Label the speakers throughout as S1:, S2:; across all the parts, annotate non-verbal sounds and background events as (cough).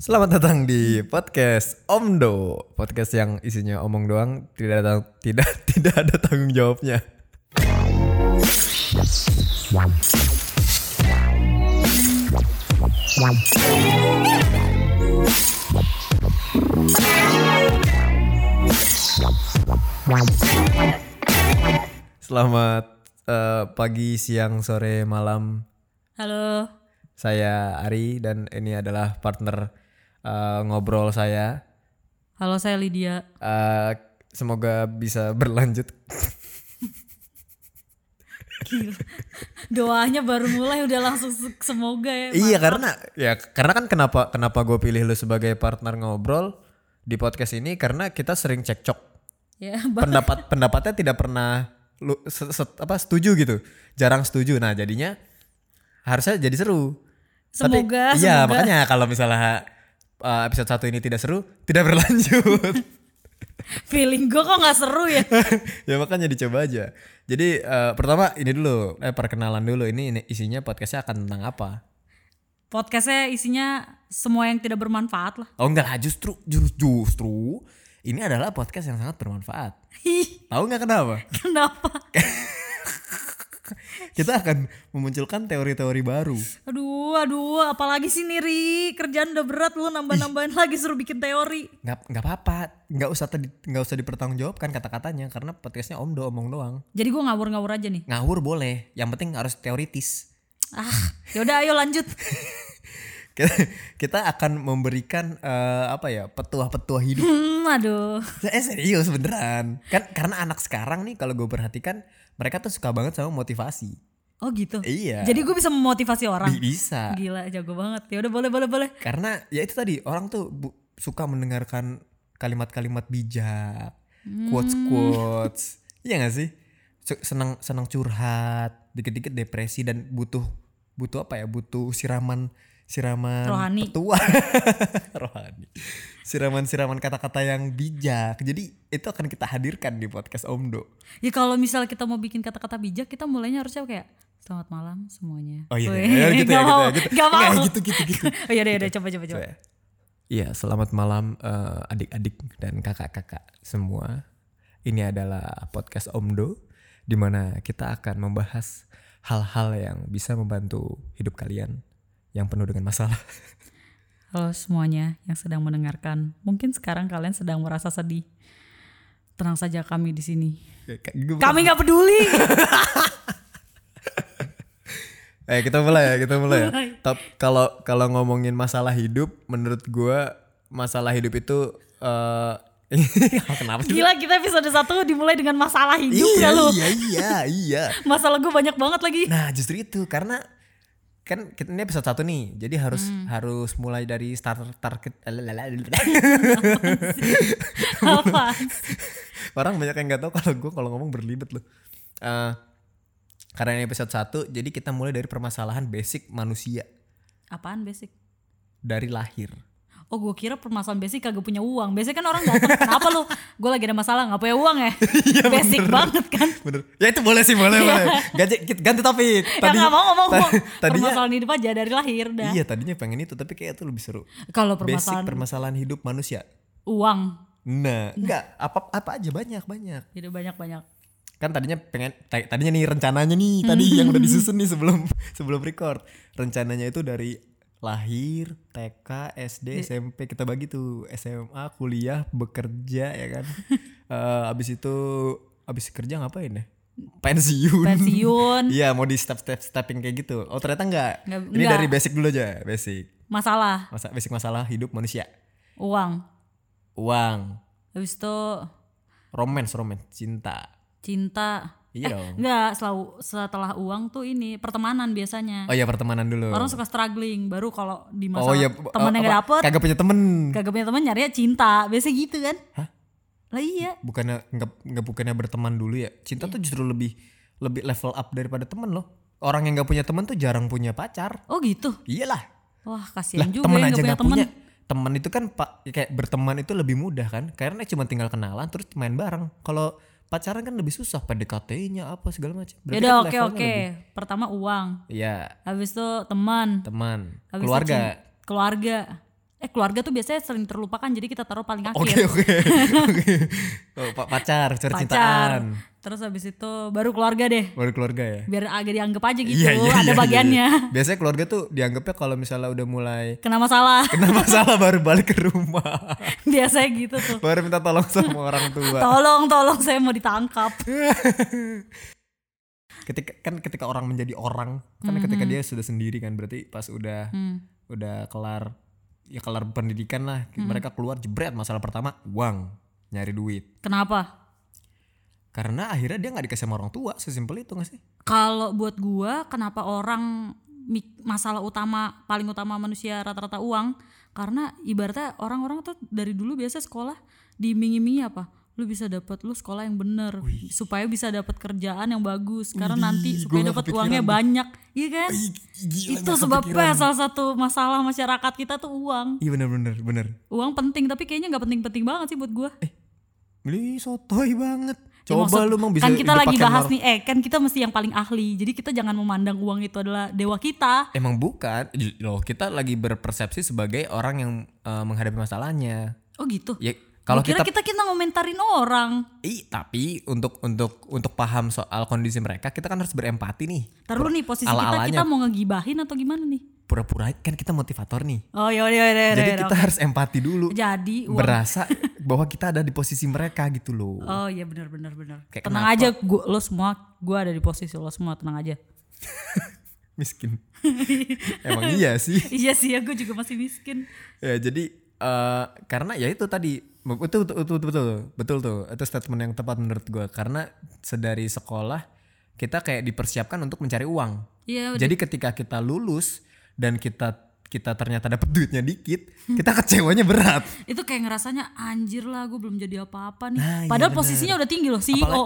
S1: Selamat datang di podcast Omdo, podcast yang isinya omong doang, tidak ada (laughs) tidak tidak ada tanggung jawabnya. Selamat eh, pagi, siang, sore, malam.
S2: Halo.
S1: Saya Ari dan ini adalah partner eh, ngobrol saya.
S2: Halo saya Lydia. (laughs)
S1: Eh, semoga bisa (laughs) berlanjut.
S2: Gila. Doanya baru mulai udah langsung se- semoga ya.
S1: Iya karena ya karena kan kenapa kenapa gue pilih lu sebagai partner ngobrol di podcast ini karena kita sering cekcok
S2: Ya, ba-
S1: pendapat pendapatnya tidak pernah lu se- se- apa setuju gitu jarang setuju nah jadinya harusnya jadi seru Tapi-
S2: semoga
S1: iya
S2: semoga
S1: makanya kalau misalnya uh, episode satu ini tidak seru tidak berlanjut (laughs)
S2: feeling gue kok nggak seru ya.
S1: ya makanya dicoba aja jadi uh, pertama ini dulu eh perkenalan dulu ini, ini isinya podcastnya akan tentang apa
S2: Podcastnya isinya semua yang tidak bermanfaat lah. (laughs)
S1: Oh enggak lah, justru justru justru ini adalah podcast yang sangat bermanfaat.
S2: Ih,
S1: Tahu nggak kenapa?
S2: Kenapa?
S1: Kita akan memunculkan teori-teori baru.
S2: Aduh, aduh, apalagi sih nih Ri? Kerjaan udah berat lu nambah-nambahin lagi suruh bikin teori.
S1: Nggak nggak apa-apa, nggak usah tadi nggak usah dipertanggungjawabkan kata-katanya karena podcastnya omdo omong doang.
S2: Jadi gue ngawur-ngawur aja nih.
S1: Ngawur boleh, yang penting harus teoritis. (laughs)
S2: Ah, yaudah ayo lanjut.
S1: Kita- Kita akan memberikan eh, apa ya petuah-petuah hidup. (laughs)
S2: Hmm, aduh.
S1: Eh serius beneran kan karena anak sekarang nih kalau gue perhatikan mereka tuh suka banget sama motivasi.
S2: Oh gitu.
S1: Iya.
S2: Jadi gue bisa memotivasi orang.
S1: Bi- bisa.
S2: Gila, jago banget. Ya udah boleh boleh boleh.
S1: karena ya itu tadi orang tuh bu- suka mendengarkan kalimat-kalimat bijak quotes
S2: Hmm.
S1: quotes iya gak sih Se- senang senang curhat dikit-dikit depresi dan butuh butuh apa ya butuh siraman siraman
S2: Rohani.
S1: petua (laughs) rohani siraman siraman kata-kata yang bijak jadi itu akan kita hadirkan di podcast Omdo
S2: Ya kalau misal kita mau bikin kata-kata bijak, kita mulainya harusnya kayak selamat malam semuanya.
S1: oh iya
S2: Wih,
S1: ya, gitu ya
S2: gak
S1: gitu
S2: mau,
S1: ya, gitu.
S2: gak mau.
S1: Nggak, gitu gitu gitu
S2: oh iya, iya, iya, coba coba coba.
S1: Coba ya. Iya, selamat malam eh, adik-adik dan kakak-kakak semua. Ini adalah podcast Omdo di mana kita akan membahas hal-hal yang bisa membantu hidup kalian yang penuh dengan masalah.
S2: Halo semuanya yang sedang mendengarkan, mungkin sekarang kalian sedang merasa sedih. Tenang saja kami di sini. Kami nggak
S1: (laughs)
S2: peduli.
S1: Eh, kita mulai ya, kita mulai. ya.
S2: Mulai.
S1: Tap- kalau kalau ngomongin masalah hidup, menurut gua masalah hidup itu eh (laughs) kenapa sih?
S2: Gila kita episode satu dimulai dengan masalah hidup ya
S1: Iya,
S2: lu.
S1: iya, iya, iya.
S2: Masalah gue banyak banget
S1: (laughs)
S2: lagi.
S1: Nah justru itu karena kan kita ini episode satu nih, jadi harus
S2: Hmm.
S1: harus mulai dari starter target. (laughs)
S2: Apa?
S1: Orang banyak yang nggak tahu kalau gue kalau ngomong berlibet loh. Eh, karena ini episode satu, jadi kita mulai dari permasalahan basic manusia
S2: Apaan basic?
S1: dari lahir.
S2: Oh gue kira permasalahan basic kagak punya uang. Biasanya kan orang datang, kenapa lu? Gue lagi ada masalah nggak punya uang
S1: (laughs)
S2: ya? basic banget kan?
S1: Iya, Bener. Ya itu boleh sih boleh
S2: (laughs)
S1: boleh. Ganti ganti topik.
S2: ya nggak mau ngomong gua.
S1: (laughs) tadinya,
S2: permasalahan hidup aja dari lahir dah.
S1: iya tadinya pengen itu tapi kayak itu lebih seru.
S2: Kalau
S1: Basic
S2: permasalahan
S1: permasalahan hidup manusia.
S2: uang
S1: Nah, enggak apa apa aja banyak banyak.
S2: jadi banyak banyak.
S1: kan tadinya pengen ta- tadinya nih rencananya nih tadi yang
S2: (laughs)
S1: udah disusun nih sebelum (laughs) sebelum record rencananya itu dari lahir TK SD
S2: Iya.
S1: SMP kita bagi tuh SMA kuliah bekerja ya
S2: (laughs)
S1: kan Eh abis itu abis kerja ngapain ya pensiun
S2: Pensiun
S1: (laughs) Iya mau di step step stepping kayak gitu oh ternyata enggak, ini
S2: Nggak- nggak.
S1: dari basic dulu aja basic
S2: masalah
S1: masa basic masalah hidup manusia
S2: uang.
S1: uang
S2: Habis itu
S1: romance romance cinta
S2: cinta.
S1: iya dong
S2: Enggak, selalu setelah uang tuh ini pertemanan biasanya.
S1: oh iya pertemanan dulu
S2: Orang suka struggling baru kalau di masalah
S1: Oh iya,
S2: temen yang
S1: apa,
S2: gak dapet
S1: Kagak punya temen.
S2: kagak punya temen nyarinya cinta. Biasanya gitu kan?
S1: Hah?
S2: Lah iya.
S1: Bukannya nggak nggak bukannya berteman dulu ya? Cinta tuh justru lebih lebih level up daripada temen loh. Orang yang nggak punya temen tuh jarang punya pacar.
S2: Oh gitu.
S1: Iyalah.
S2: Wah,
S1: Lah,
S2: kasihan juga
S1: temen
S2: ya
S1: aja
S2: nggak punya
S1: nggak
S2: temen.
S1: punya. Temen itu kan pak kayak berteman itu lebih mudah kan? Karena cuma tinggal kenalan terus main bareng. Kalau pacaran kan lebih susah PDKT-nya apa segala macam. Berarti
S2: Yaudah
S1: kan
S2: oke
S1: levelnya
S2: oke.
S1: lebih-
S2: Pertama uang.
S1: Iya,
S2: Habis itu teman.
S1: teman,
S2: Habis itu
S1: keluarga.
S2: cin- keluarga. eh keluarga tuh biasanya sering terlupakan jadi kita taruh paling akhir.
S1: Oke oke. (laughs) Oke. Oh, pa- Pacar,
S2: Pacar.
S1: percintaan.
S2: Terus habis itu baru keluarga deh.
S1: Baru keluarga ya.
S2: Biar agak dianggap aja gitu,
S1: Iya, iya, iya,
S2: ada
S1: iya.
S2: bagiannya.
S1: Biasanya keluarga tuh dianggapnya kalau misalnya udah mulai
S2: (laughs) Kena masalah.
S1: kena masalah baru balik ke rumah.
S2: biasanya gitu tuh.
S1: Baru minta tolong sama orang tua.
S2: Tolong, tolong saya mau ditangkap.
S1: (laughs) Ketika kan ketika orang menjadi orang, kan ketika dia sudah sendiri kan berarti pas udah
S2: Hmm.
S1: udah kelar ya kelar pendidikan lah. Mereka keluar jebret masalah pertama uang, nyari duit.
S2: Kenapa?
S1: Karena akhirnya dia nggak dikasih sama orang tua, sesimpel itu gak sih?
S2: Kalau buat gua kenapa orang mik- masalah utama paling utama manusia rata-rata uang karena ibaratnya orang-orang tuh dari dulu biasa sekolah diiming-imingi apa? Lu bisa dapat lu sekolah yang bener supaya bisa dapat kerjaan yang bagus karena
S1: Wih,
S2: nanti
S1: gua
S2: supaya
S1: nggak
S2: dapat
S1: kepikiran
S2: uangnya
S1: tuh.
S2: banyak. Iya kan?
S1: Ih, gila,
S2: Itu
S1: nggak
S2: sebabnya
S1: kepikiran.
S2: salah satu masalah masyarakat kita tuh uang.
S1: Iya bener-bener bener.
S2: Uang penting tapi kayaknya nggak penting-penting banget sih buat gua.
S1: Beli sotoy banget.
S2: Ya,
S1: Coba
S2: maksud-
S1: lu emang bisa
S2: kan kita lagi
S1: dipakai
S2: bahas
S1: mar-
S2: nih eh kan kita mesti yang paling ahli jadi kita jangan memandang uang itu adalah dewa kita
S1: Emang bukan J- loh kita lagi berpersepsi sebagai orang yang eh, menghadapi masalahnya.
S2: oh gitu
S1: Ya kalau
S2: Gua kira
S1: kita,
S2: kita kita ngomentarin orang
S1: Ih, tapi untuk untuk untuk paham soal kondisi mereka kita kan harus berempati nih.
S2: taruh lu nih posisi kita
S1: Ala-alanya.
S2: kita mau ngegibahin atau gimana nih
S1: Pura-pura kan kita motivator nih.
S2: oh yaudah yaudah yaudah,
S1: Jadi
S2: yaudah,
S1: kita
S2: oke.
S1: harus empati dulu.
S2: iya. jadi uang
S1: Berasa bahwa kita ada di posisi mereka gitu loh.
S2: oh iya benar benar benar
S1: Kayak
S2: tenang
S1: kenapa?
S2: aja gua lo semua gua ada di posisi lo semua tenang aja
S1: Miskin. Emang iya sih.
S2: (laughs) iya sih ya gue juga masih miskin
S1: ya jadi eh, karena ya itu tadi betul betul betul betul betul tuh itu statement yang tepat menurut gua karena sedari sekolah kita kayak dipersiapkan untuk mencari uang
S2: iya
S1: jadi ketika kita lulus dan kita kita ternyata dapat duitnya dikit kita kecewanya berat
S2: itu kayak ngerasanya anjir lah gue belum jadi apa-apa nih.
S1: Nah, iya
S2: Padahal
S1: bener.
S2: posisinya udah tinggi loh CEO.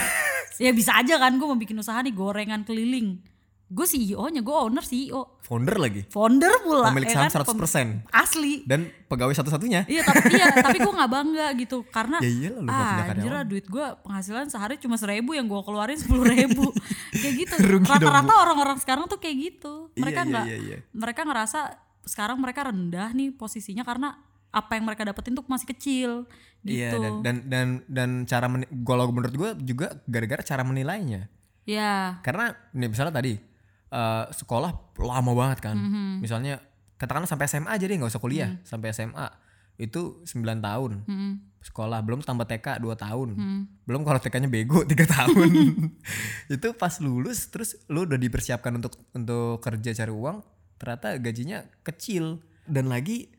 S2: (laughs) ya bisa aja kan gue mau bikin usaha nih gorengan keliling. Gue CEO-nya, gue owner CEO.
S1: founder lagi
S2: Founder pula.
S1: pemilik
S2: ya
S1: saham
S2: kan? Pem-
S1: 100%
S2: Asli.
S1: dan pegawai satu-satunya
S2: Iya tapi iya, tapi gue nggak bangga gitu karena
S1: Ya iyalah, lu nggak punya
S2: ah, anjir
S1: karyawan."
S2: lah duit gue penghasilan sehari cuma seribu yang gue keluarin sepuluh
S1: (laughs)
S2: ribu kayak gitu
S1: Rugi dong, Bu.
S2: rata-rata orang-orang sekarang tuh kayak gitu
S1: Iya,
S2: mereka
S1: iya,
S2: nggak
S1: iya, iya.
S2: mereka ngerasa sekarang mereka rendah nih posisinya karena apa yang mereka dapetin tuh masih kecil
S1: iya dan
S2: gitu
S1: dan dan dan cara meni- kalau menurut gua juga gara-gara cara menilainya
S2: ya
S1: karena nih misalnya tadi eh, sekolah lama banget kan
S2: Mm-hmm.
S1: misalnya katakanlah sampai SMA aja deh nggak usah kuliah sampai SMA itu 9 tahun
S2: hmm,
S1: sekolah belum tambah TK 2 tahun
S2: Mm.
S1: belum kalau TK-nya bego (laughs) 3 tahun itu pas lulus terus lu udah dipersiapkan untuk untuk kerja cari uang ternyata gajinya kecil dan lagi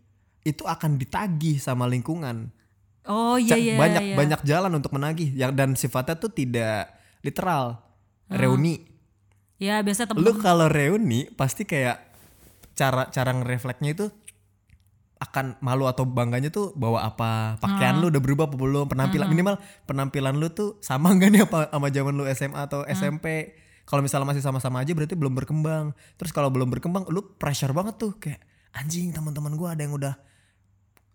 S1: itu akan ditagih sama lingkungan
S2: oh iya
S1: Ca-
S2: iya
S1: banyak
S2: iya.
S1: banyak jalan untuk menagih yang dan sifatnya tuh tidak literal
S2: Ah.
S1: reuni
S2: ya biasa temen
S1: lu kalau reuni pasti kayak cara cara ngerefleksnya itu akan malu atau bangganya tuh bawa apa pakaian lu udah berubah apa belum penampilan minimal penampilan lu tuh sama nggak nih apa sama zaman lu SMA atau SMP kalau misalnya masih sama-sama aja berarti belum berkembang terus kalau belum berkembang lu pressure banget tuh kayak anjing teman-teman gua ada yang udah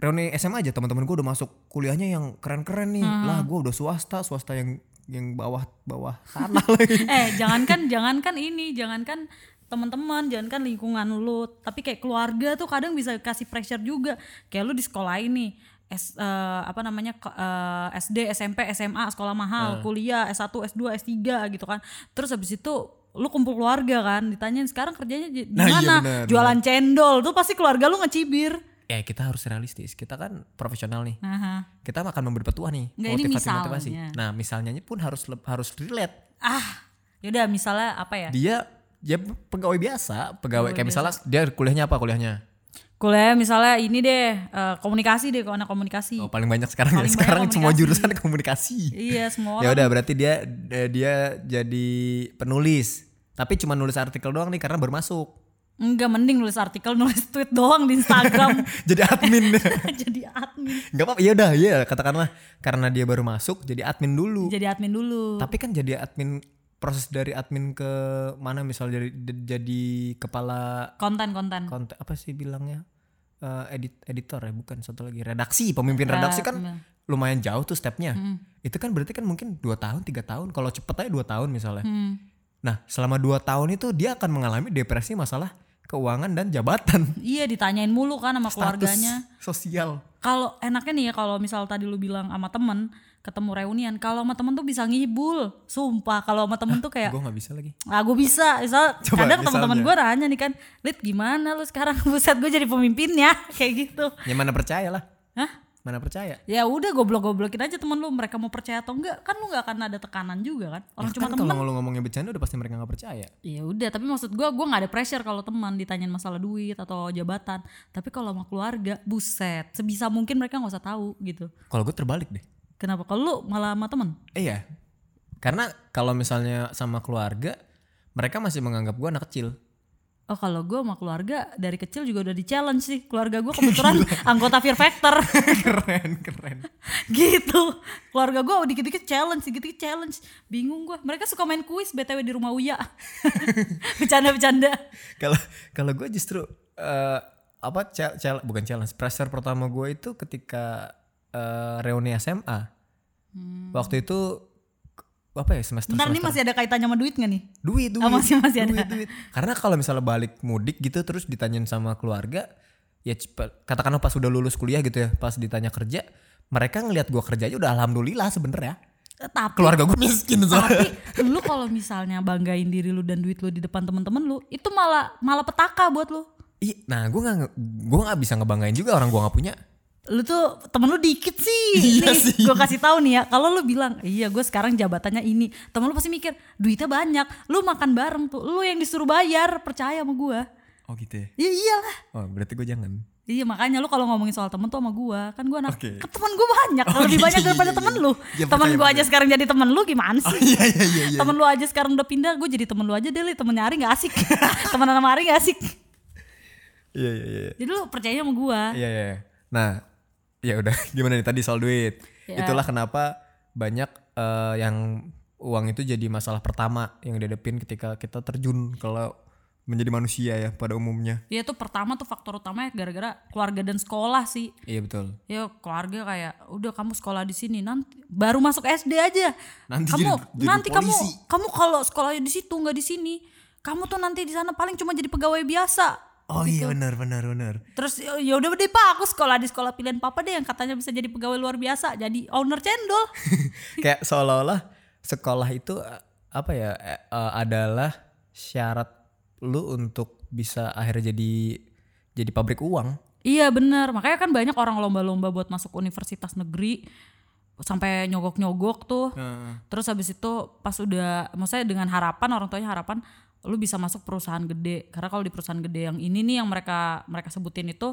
S1: reuni SMA aja teman-teman gue udah masuk kuliahnya yang keren-keren nih lah gua udah swasta swasta yang yang bawah bawah tanah (laughs) lagi
S2: eh jangankan jangankan kan ini jangankan teman-teman jangankan lingkungan lu tapi kayak keluarga tuh kadang bisa kasih pressure juga kayak lu di sekolah ini S, eh, apa namanya ke- eh, SD SMP SMA sekolah
S1: Eh.
S2: mahal kuliah S1 S2 S3 gitu kan terus habis itu lu kumpul keluarga kan ditanyain sekarang kerjanya di di
S1: Nah, iya
S2: mana
S1: benar,
S2: jualan cendol tuh pasti keluarga lu ngecibir
S1: ya kita harus realistis kita kan profesional nih
S2: Aha.
S1: kita akan memberi petua nih
S2: Hmm. Nggak, ini
S1: motivasi-motivasi.
S2: misalnya.
S1: nah misalnya pun harus leb- harus relate
S2: ah yaudah misalnya apa ya
S1: dia dia pegawai biasa pegawai kayak misalnya dia kuliahnya apa kuliahnya
S2: kuliah misalnya ini deh eh, komunikasi deh kalau anak komunikasi
S1: oh, paling banyak sekarang ya
S2: Paling banyak
S1: sekarang semua
S2: komunikasi.
S1: jurusan komunikasi
S2: iya semua
S1: ya udah berarti dia dia dia jadi penulis tapi cuma nulis artikel doang nih karena baru masuk (laughs)
S2: Enggak mending nulis artikel, nulis tweet doang di Instagram. (laughs)
S1: jadi admin (laughs)
S2: jadi admin.
S1: nggak apa-apa ya udah ya katakanlah karena dia baru masuk jadi admin dulu
S2: Jadi admin dulu.
S1: Tapi kan jadi admin proses dari admin ke mana misal dari d- jadi kepala
S2: Konten-konten.
S1: konten apa sih bilangnya Eh, edit editor ya bukan satu lagi redaksi pemimpin redaksi
S2: Ra-
S1: kan lumayan jauh tuh stepnya
S2: Hmm.
S1: itu kan berarti kan mungkin dua tahun tiga tahun kalau cepet aja dua tahun misalnya
S2: Hmm.
S1: nah selama dua tahun itu dia akan mengalami depresi masalah keuangan dan jabatan (laughs)
S2: Iya ditanyain mulu kan sama keluarganya.
S1: status sosial
S2: Kalau enaknya nih ya kalau misal tadi lu bilang sama temen ketemu reunian, kalau sama temen tuh bisa ngibul, sumpah. Kalau sama temen tuh kayak
S1: (laughs) gue nggak bisa lagi
S2: ah gue bisa misal
S1: Coba,
S2: kadang teman-teman
S1: misalnya.
S2: gue nanya nih kan Lid gimana lu sekarang (laughs) buset gue jadi pemimpinnya (laughs) kayak gitu
S1: ya mana percaya lah
S2: Hah?
S1: mana percaya
S2: ya udah goblok-goblokin aja temen lu mereka mau percaya atau enggak kan lu nggak akan ada tekanan juga kan orang
S1: Ya
S2: cuma
S1: kan
S2: temen
S1: kalau lu ngomongnya bercanda udah pasti mereka nggak percaya
S2: ya udah tapi maksud gue gue nggak ada pressure kalau teman ditanyain masalah duit atau jabatan tapi kalau sama keluarga buset sebisa mungkin mereka nggak usah tahu gitu
S1: kalau gue terbalik deh
S2: kenapa kalau lu malah sama temen
S1: iya karena kalau misalnya sama keluarga mereka masih menganggap gue anak kecil
S2: Oh kalau gue sama keluarga dari kecil juga udah di challenge sih keluarga gue kebetulan anggota Fear Factor
S1: (laughs)
S2: (laughs)
S1: keren keren
S2: gitu keluarga gue dikit-dikit challenge dikit-dikit challenge bingung gue mereka suka main kuis btw di rumah Uya (laughs) bercanda-bercanda
S1: kalau kalau gue justru eh, apa chal- chal- bukan challenge pressure pertama gue itu ketika eh, reuni SMA waktu itu k- apa ya semester
S2: bentar nih
S1: semester
S2: masih ada kaitannya sama duit gak nih
S1: duit duit
S2: Oh, masih- masih ada.
S1: duit, duit. karena kalau misalnya balik mudik gitu terus ditanyain sama keluarga ya cepat katakanlah pas udah lulus kuliah gitu ya pas ditanya kerja mereka ngelihat gue kerja aja udah alhamdulillah sebenernya
S2: Eh, tapi
S1: keluarga gue miskin soalnya (laughs)
S2: tapi lu kalau misalnya banggain diri lu dan duit lu di depan temen-temen lu itu malah malah petaka buat lu
S1: Ih, nah gue nggak gue nggak bisa ngebanggain juga orang gue nggak punya
S2: lu tuh temen lu dikit sih
S1: (laughs) Iya sih.
S2: nih gue kasih tahu nih ya kalau lu bilang iya gue sekarang jabatannya ini temen lu pasti mikir duitnya banyak lu makan bareng tuh lu yang disuruh bayar percaya sama gue
S1: oh gitu ya
S2: iya iyalah
S1: oh berarti gue jangan
S2: Iya makanya lu kalau ngomongin soal temen tuh sama gua kan gua anak
S1: Oke.
S2: ke temen gua banyak
S1: Oh,
S2: lebih
S1: iya,
S2: banyak
S1: iya,
S2: daripada
S1: iya,
S2: temen
S1: iya.
S2: lu
S1: Iya, percaya,
S2: temen gua aja
S1: percaya.
S2: sekarang jadi temen lu gimana sih
S1: iya iya iya iya
S2: temen lu aja sekarang udah pindah gua jadi temen lu aja deh Li. temennya Ari nggak asik (laughs) temenan sama Ari nggak asik
S1: iya iya iya
S2: jadi lu percaya sama gua
S1: Iya iya. iya. Nah, ya udah (laughs) gimana nih tadi soal duit.
S2: Ya.
S1: Itulah kenapa banyak eh, yang uang itu jadi masalah pertama yang dihadapin ketika kita terjun kalau menjadi manusia ya pada umumnya.
S2: dia tuh pertama tuh faktor utamanya gara-gara keluarga dan sekolah sih
S1: Iya betul.
S2: ya keluarga kayak udah kamu sekolah di sini nanti baru masuk SD aja
S1: Nanti
S2: kamu
S1: jadi- jadi
S2: nanti kamu
S1: polisi."
S2: kamu kalau sekolahnya di situ nggak di sini kamu tuh nanti di sana paling cuma jadi pegawai biasa
S1: Oh iya benar benar benar.
S2: Terus ya udah deh Pak, aku sekolah di sekolah pilihan Papa deh yang katanya bisa jadi pegawai luar biasa, jadi owner cendol.
S1: Kayak seolah-olah sekolah itu eh, apa ya eh, eh, adalah syarat lu untuk bisa akhirnya jadi jadi pabrik uang.
S2: iya bener, makanya kan banyak orang lomba-lomba buat masuk universitas negeri sampai nyogok-nyogok tuh. Terus habis itu pas udah maksudnya dengan harapan orang tuanya harapan lu bisa masuk perusahaan gede. Karena kalau di perusahaan gede yang ini nih yang mereka mereka sebutin itu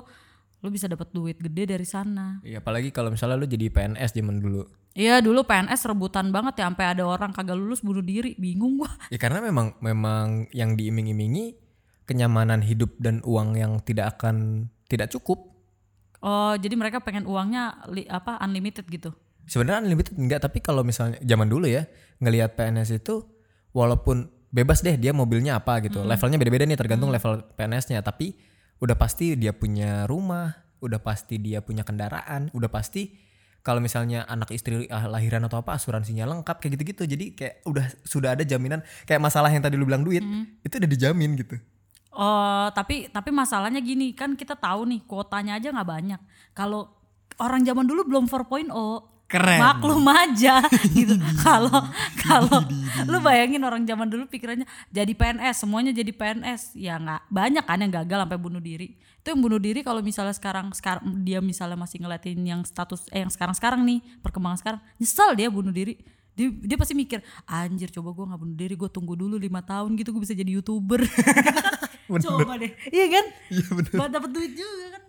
S2: lu bisa dapat duit gede dari sana.
S1: Iya apalagi kalau misalnya lu jadi PNS zaman dulu.
S2: Iya dulu PNS rebutan banget ya sampai ada orang kagak lulus bunuh diri, bingung gua.
S1: Ya karena memang memang yang diiming-imingi kenyamanan hidup dan uang yang tidak akan tidak cukup.
S2: Oh, jadi mereka pengen uangnya li- apa unlimited gitu.
S1: Sebenarnya unlimited enggak, tapi kalau misalnya zaman dulu ya ngelihat PNS itu walaupun bebas deh dia mobilnya apa
S2: Hmm.
S1: gitu. Levelnya beda-beda nih tergantung level PNS-nya, tapi udah pasti dia punya rumah, udah pasti dia punya kendaraan, udah pasti kalau misalnya anak istri ah, lahiran atau apa asuransinya lengkap kayak gitu-gitu. Jadi kayak udah sudah ada jaminan kayak masalah yang tadi lu bilang duit,
S2: Hmm.
S1: itu udah dijamin gitu. (laughs)
S2: Oh, tapi tapi masalahnya gini, kan kita tahu nih kuotanya aja nggak banyak. Kalau orang zaman dulu belum oh. 4.0
S1: Keren.
S2: Maklum aja gitu. Kalau kalau lu bayangin orang zaman dulu pikirannya jadi PNS, semuanya jadi PNS. Ya nggak banyak kan yang gagal sampai bunuh diri. Itu yang bunuh diri kalau misalnya sekarang sekarang dia misalnya masih ngeliatin yang status eh yang sekarang-sekarang nih, perkembangan sekarang, nyesel dia bunuh diri. Dia, dia pasti mikir anjir coba gue nggak bunuh diri gue tunggu dulu lima tahun gitu gue bisa jadi youtuber (laughs) coba deh iya kan
S1: Iya bener.
S2: buat dapat duit juga kan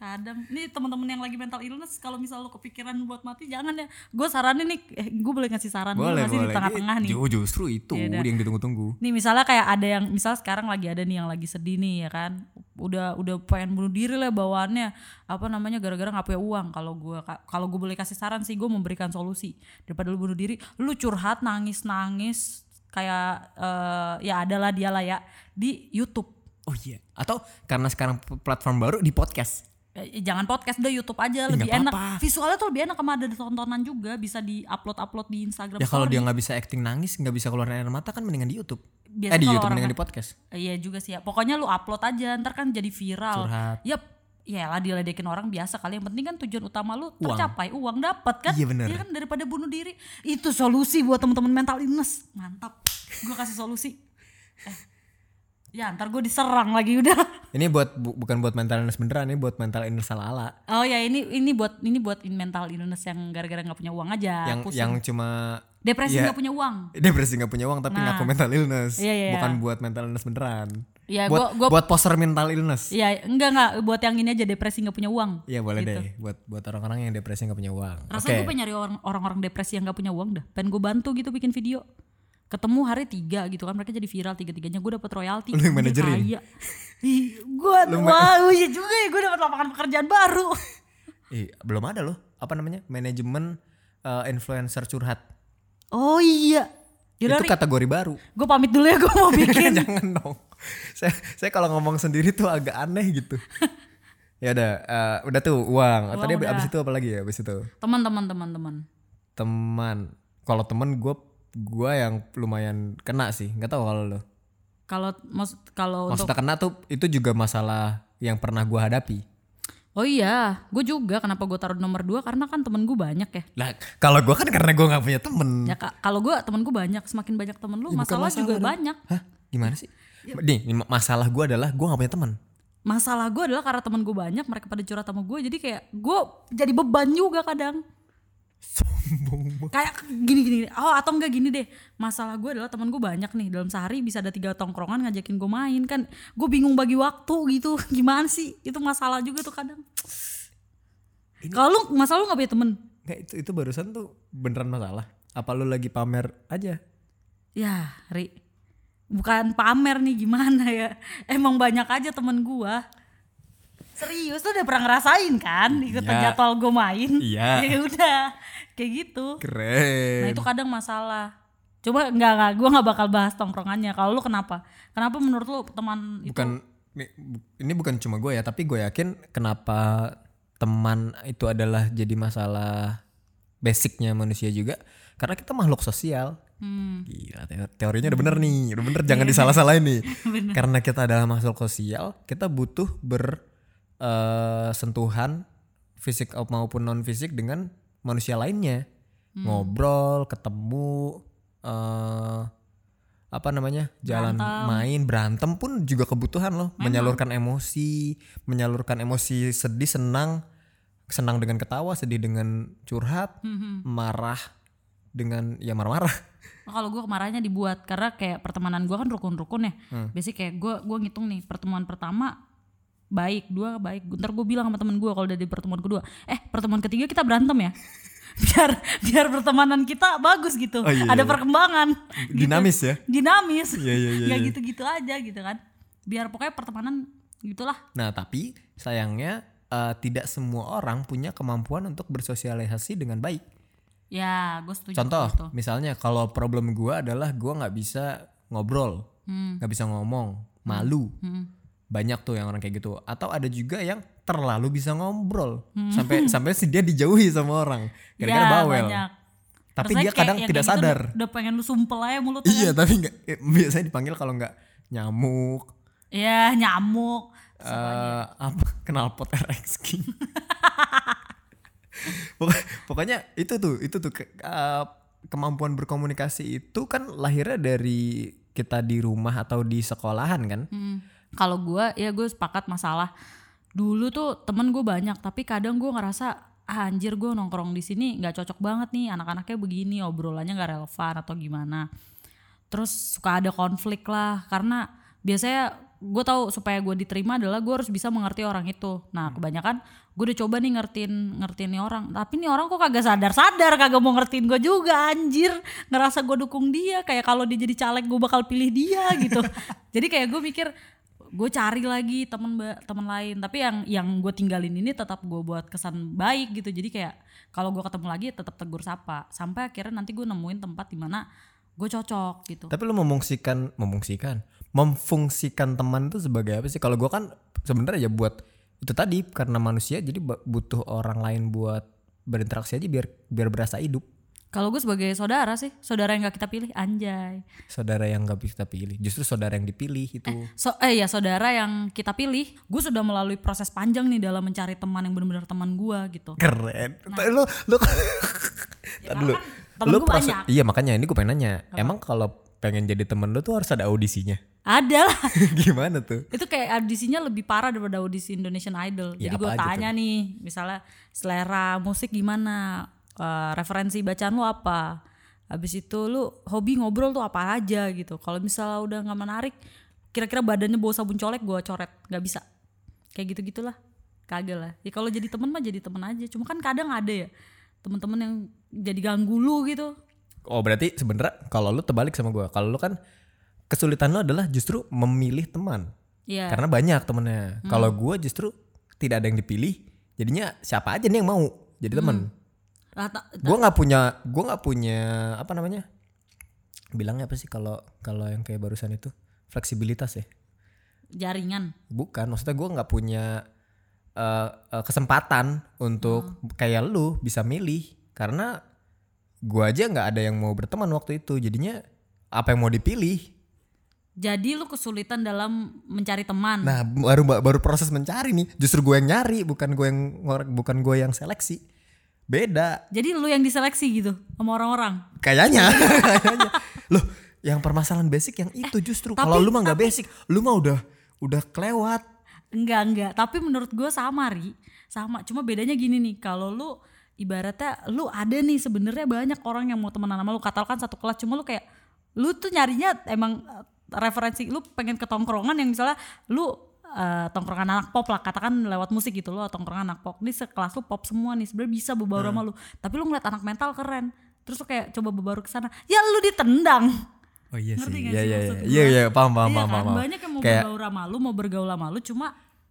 S2: kadang nih teman-teman yang lagi mental illness kalau misal lo kepikiran buat mati jangan ya gue saranin nih eh, gue boleh ngasih saran dulu
S1: Boleh,
S2: nggak sih
S1: boleh.
S2: di tengah-tengah nih
S1: Ju- justru itu
S2: Iya dah.
S1: yang ditunggu-tunggu.
S2: nih misalnya kayak ada yang misal sekarang lagi ada nih yang lagi sedih nih ya kan udah udah pengen bunuh diri lah bawaannya apa namanya gara-gara nggak punya uang kalau gue kalau gue boleh kasih saran sih gue memberikan solusi daripada lu bunuh diri lu curhat nangis nangis kayak eh, ya adalah dia lah ya di YouTube
S1: Oh iya. Atau karena sekarang p- platform baru di podcast.
S2: eh, jangan podcast deh YouTube aja
S1: nggak
S2: lebih enak.
S1: apa-apa.
S2: Visualnya tuh lebih enak sama ada tontonan juga bisa di-upload-upload di Instagram.
S1: ya kalau
S2: story.
S1: dia nggak bisa acting nangis nggak bisa keluar air mata kan mendingan di YouTube
S2: Biasa
S1: eh di
S2: kalau
S1: YouTube
S2: orang
S1: mendingan di podcast
S2: Iya juga sih ya. Pokoknya lu upload aja ntar kan jadi viral.
S1: Curhat.
S2: Yap. Ya lah diledekin orang biasa kali. Yang penting kan tujuan utama lu tercapai, uang, dapat kan?
S1: Iya, bener.
S2: kan daripada bunuh diri. Itu solusi buat temen-temen mental illness. Mantap. Gue kasih solusi. Eh. Ya ntar gue diserang lagi udah.
S1: ini buat bu- bukan buat mental illness beneran ini buat mental illness ala ala
S2: Oh ya ini ini buat ini buat mental illness yang gara-gara nggak punya uang aja.
S1: yang
S2: Ah, pusing.
S1: yang cuma
S2: depresi
S1: ya.
S2: nggak punya uang.
S1: depresi nggak punya uang tapi ngaku mental illness
S2: Nah. Iya, iya, iya.
S1: bukan buat mental illness beneran
S2: Iya,
S1: buat
S2: gua- gua-
S1: buat poser mental illness
S2: Iya enggak enggak buat yang ini aja depresi nggak punya uang.
S1: Iya boleh deh buat buat orang-orang yang depresi nggak punya uang.
S2: Rasanya gue pengen nyari orang- orang-orang depresi yang gak punya uang dah. Pengen gue bantu gitu bikin video. Ketemu hari tiga gitu kan mereka jadi viral tiga-tiganya gue dapat
S1: Lu
S2: royalti.
S1: yang
S2: Anjir,
S1: manajerin?
S2: kaya. (laughs) Ih, gue wow iya juga ya gue dapat lapangan pekerjaan baru. (laughs)
S1: Ih, belum ada loh. Apa namanya? Manajemen eh, influencer curhat.
S2: Oh iya.
S1: Itu kan- Iya.
S2: Yaudah
S1: kategori baru.
S2: gue pamit dulu ya gue
S1: (laughs)
S2: mau bikin.
S1: Jangan dong. Saya saya kalau ngomong sendiri tuh agak aneh gitu.
S2: (laughs)
S1: ya udah, eh, udah tuh uang. Tadi ab- abis itu apa lagi ya? Abis itu
S2: Teman-teman teman-teman.
S1: teman. Kalau teman gue gue yang lumayan kena sih. Nggak tahu kalau lo.
S2: Kalau maksud kalau untuk
S1: Maksudnya kena tuh itu juga masalah yang pernah gue hadapi.
S2: Oh iya, gue juga kenapa gue taruh di nomor dua karena kan temen gue banyak ya.
S1: Lah, kalau gue kan karena gue nggak punya temen.
S2: Ya ka- kalau gue temen gue banyak, semakin banyak temen lu
S1: Ya, Hmm. bukan
S2: masalah, juga
S1: dong.
S2: banyak.
S1: Hah? Gimana sih? Nih, ini ma- masalah gue adalah gue gak punya teman.
S2: masalah gue adalah karena teman gue banyak mereka pada curhat sama gue jadi kayak gue jadi beban juga kadang
S1: Sombong banget.
S2: kayak gini gini gini. oh atau enggak gini deh masalah gue adalah teman gue banyak nih dalam sehari bisa ada tiga tongkrongan ngajakin gue main kan gue bingung bagi waktu gitu (laughs) gimana sih itu masalah juga tuh kadang kalau lu masalah lu nggak punya temen
S1: Nggak, itu, itu barusan tuh beneran masalah. Apa lu lagi pamer aja?
S2: ya ri bukan pamer nih gimana ya emang banyak aja temen gue serius tuh udah pernah ngerasain kan ikutan
S1: Iya.
S2: jadwal gue main
S1: Iya.
S2: (laughs) ya udah kayak gitu nah
S1: Keren.
S2: itu kadang masalah coba nggak nggak gue nggak bakal bahas tongkrongannya kalau lu kenapa kenapa menurut lu teman itu
S1: bukan ini, bu- ini bukan cuma gue ya, tapi gue yakin kenapa teman itu adalah jadi masalah basicnya manusia juga karena kita makhluk sosial.
S2: Hmm. (laughs)
S1: Gila, teo- teorinya udah bener nih, udah bener jangan disalah-salahin nih. Karena kita adalah makhluk sosial, kita butuh ber eh, sentuhan fisik au- maupun non fisik dengan manusia lainnya,
S2: Hmm.
S1: ngobrol, ketemu, eh, apa namanya, jalan main, berantem pun juga kebutuhan loh, menyalurkan emosi, menyalurkan emosi sedih, senang, senang dengan ketawa, sedih dengan curhat,
S2: Hmm,
S1: marah dengan ya marah-marah.
S2: Oh, kalau gue kemarannya dibuat karena kayak pertemanan gue kan rukun-rukun ya
S1: Hmm.
S2: biasanya kayak gue gua ngitung nih pertemuan pertama baik dua baik ntar gue bilang sama temen gue kalau udah di pertemuan kedua eh pertemuan ketiga kita berantem ya (laughs) biar biar pertemanan kita bagus gitu
S1: Oh, iya, iya.
S2: ada perkembangan (laughs) Gitu.
S1: Dinamis ya.
S2: dinamis
S1: Iya, iya, iya,
S2: ya
S1: iya.
S2: gitu-gitu aja gitu kan biar pokoknya pertemanan gitulah
S1: Nah, tapi sayangnya eh, tidak semua orang punya kemampuan untuk bersosialisasi dengan baik.
S2: ya gue setuju
S1: Contoh,
S2: gitu.
S1: misalnya kalau problem gua adalah gua nggak bisa ngobrol,
S2: Hmm.
S1: nggak bisa ngomong, malu.
S2: Hmm.
S1: Banyak tuh yang orang kayak gitu. Atau ada juga yang terlalu bisa ngobrol
S2: Hmm.
S1: sampai sampai si dia dijauhi sama orang gara-gara
S2: Ya,
S1: bawel.
S2: banyak.
S1: Tapi
S2: Rasanya
S1: dia
S2: kayak
S1: kadang
S2: yang
S1: tidak
S2: kayak gitu
S1: sadar.
S2: udah- udah pengen lu sumpel aja kan. mulut
S1: Iya, tapi nggak eh, biasanya dipanggil kalau nggak nyamuk,
S2: ya nyamuk
S1: eh apa knalpot RX King.
S2: (laughs)
S1: Pokok- Pokoknya itu tuh, itu tuh ke- eh, kemampuan berkomunikasi itu kan lahirnya dari kita di rumah atau di sekolahan kan.
S2: Hmm. Kalau gua ya gue sepakat masalah. Dulu tuh temen gue banyak, tapi kadang gue ngerasa "Ah, anjir gue nongkrong di sini nggak cocok banget nih anak-anaknya begini obrolannya nggak relevan atau gimana. Terus suka ada konflik lah karena biasanya gue tahu supaya gue diterima adalah gue harus bisa mengerti orang itu. Nah kebanyakan gue udah coba nih ngertiin ngertiin nih orang, tapi nih orang kok kagak sadar-sadar kagak mau ngertiin gue juga anjir. Ngerasa gue dukung dia kayak kalau dia jadi caleg gue bakal pilih dia gitu. jadi kayak gue mikir gue cari lagi temen ba- temen lain tapi yang yang gue tinggalin ini tetap gue buat kesan baik gitu jadi kayak kalau gue ketemu lagi ya tetap tegur sapa sampai akhirnya nanti gue nemuin tempat di mana gue cocok gitu
S1: Tapi lu memungsikan, memungsikan, memfungsikan teman itu sebagai apa sih? Kalau gua kan sebenarnya ya buat itu tadi karena manusia jadi ba- butuh orang lain buat berinteraksi aja biar biar berasa hidup
S2: Kalau gue sebagai saudara sih, saudara yang gak kita pilih, anjay.
S1: saudara yang gak bisa kita pilih justru saudara yang dipilih itu
S2: So, eh ya saudara yang kita pilih, gue sudah melalui proses panjang nih dalam mencari teman yang benar-benar teman gue gitu.
S1: keren lu lu Tar dulu.
S2: Ya, kan temen
S1: Lu
S2: gua
S1: proses-
S2: banyak.
S1: iya makanya ini gue pengen nanya emang kalau pengen jadi temen lu tuh harus ada audisinya (laughs)
S2: Ada lah.
S1: gimana tuh
S2: Itu kayak audisinya lebih parah daripada audisi Indonesian Idol.
S1: Ya,
S2: Jadi gue
S1: apa aja
S2: tanya nih, misalnya selera musik gimana, Eh, referensi bacaan lu apa, habis itu lu hobi ngobrol tuh apa aja gitu. Kalau misalnya udah nggak menarik, kira-kira badannya bawa sabun colek gue coret, nggak bisa. Kayak gitu gitulah, kagak lah. Ya kalau jadi temen mah jadi temen aja. Cuma kan kadang ada ya temen-temen yang jadi ganggu lu gitu.
S1: oh berarti sebenernya kalau lu terbalik sama gue kalau lu kan kesulitan lu adalah justru memilih teman
S2: Iya.
S1: karena banyak temennya kalau gue justru tidak ada yang dipilih jadinya siapa aja nih yang mau jadi teman
S2: Ah, ta-
S1: gue nggak punya gue nggak punya apa namanya bilangnya apa sih kalau kalau yang kayak barusan itu fleksibilitas ya
S2: jaringan.
S1: bukan maksudnya gue nggak punya eh, eh, kesempatan untuk kayak lu bisa milih karena gue aja nggak ada yang mau berteman waktu itu jadinya apa yang mau dipilih
S2: Jadi lu kesulitan dalam mencari teman.
S1: nah baru baru proses mencari nih justru gue yang nyari bukan gue yang ngorek- bukan gue yang seleksi beda
S2: Jadi lu yang diseleksi gitu sama orang-orang.
S1: kayaknya (laughs) kayaknya loh yang permasalahan basic yang itu justru
S2: tapi-
S1: kalau lu mah nggak basic lu mah udah udah kelewat
S2: Enggak, enggak. Tapi menurut gue sama, Ri. Sama. Cuma bedanya gini nih, kalau lu ibaratnya lu ada nih sebenarnya banyak orang yang mau temenan sama lu katakan satu kelas cuma lu kayak lu tuh nyarinya emang eh, referensi lu pengen ke tongkrongan yang misalnya lu eh, tongkrongan anak pop lah katakan lewat musik gitu lu tongkrongan anak pop nih sekelas lu pop semua nih sebenarnya bisa bebaur sama lu tapi lu ngeliat anak mental keren terus lu kayak coba bebaur ke sana ya lu ditendang
S1: oh iya
S2: Ngerti
S1: sih
S2: nggak
S1: iya
S2: sih
S1: iya
S2: maksud
S1: iya.
S2: gua?
S1: iya iya paham paham
S2: Iya
S1: paham,
S2: kan?
S1: paham, paham.
S2: banyak yang mau
S1: kayak
S2: bergaul sama lu mau bergaul sama lu cuma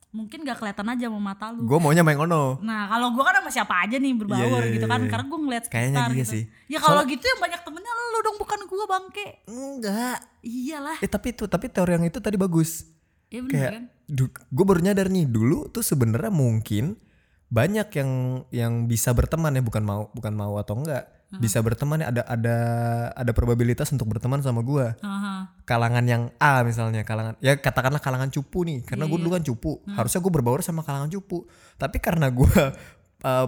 S2: mungkin gak kelihatan aja sama mata lu
S1: gue maunya main ono
S2: nah kalau gua kan sama siapa aja nih berbaur
S1: Iya, iya,
S2: gitu
S1: iya,
S2: kan
S1: iya.
S2: karena gua ngeliat sekitar
S1: Kayaknya iya
S2: gitu
S1: sih.
S2: ya kalau gitu yang banyak temennya lu dong bukan gua bangke
S1: enggak
S2: iyalah
S1: eh tapi itu tapi teori yang itu tadi bagus
S2: ya bener kan
S1: kayak gue baru nyadar nih dulu tuh sebenarnya mungkin banyak yang yang bisa berteman ya bukan mau bukan mau atau enggak bisa berteman ya, ada ada ada probabilitas untuk berteman sama gua
S2: Aha.
S1: kalangan yang A misalnya kalangan ya katakanlah kalangan cupu nih karena
S2: Iya,
S1: gue dulu kan cupu harusnya gue berbaur sama kalangan cupu tapi karena gue (laughs) uh,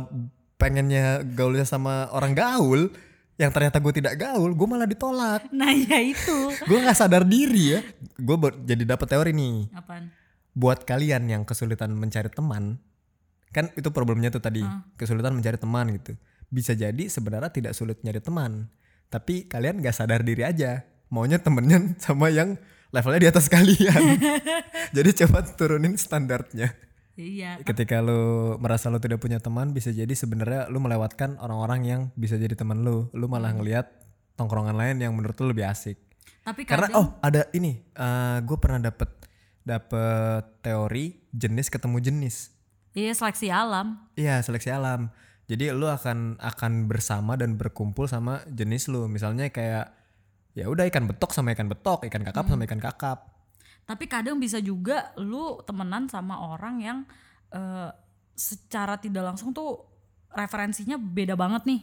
S1: pengennya gaulnya sama orang gaul yang ternyata gue tidak gaul gue malah ditolak
S2: nah ya itu
S1: gue nggak sadar diri ya gue jadi dapat teori nih
S2: apaan
S1: buat kalian yang kesulitan mencari teman kan itu problemnya tuh tadi kesulitan mencari teman gitu bisa jadi sebenarnya tidak sulit nyari teman tapi kalian gak sadar diri aja maunya temennya (laughs) sama yang levelnya di atas kalian jadi coba turunin standarnya
S2: Ya iya
S1: ketika lu merasa lu tidak punya teman bisa jadi sebenarnya lu melewatkan orang-orang yang bisa jadi teman lu lu malah ngelihat tongkrongan lain yang menurut lu lebih asik
S2: tapi
S1: karena
S2: kadang
S1: oh ada ini gue pernah dapet dapet teori jenis ketemu jenis
S2: iya seleksi alam
S1: iya seleksi alam jadi lu akan akan bersama dan berkumpul sama jenis lu misalnya kayak ya udah ikan betok sama ikan betok ikan kakap
S2: Hmm.
S1: sama ikan kakap
S2: tapi kadang bisa juga lu temenan sama orang yang eh, secara tidak langsung tuh referensinya beda banget nih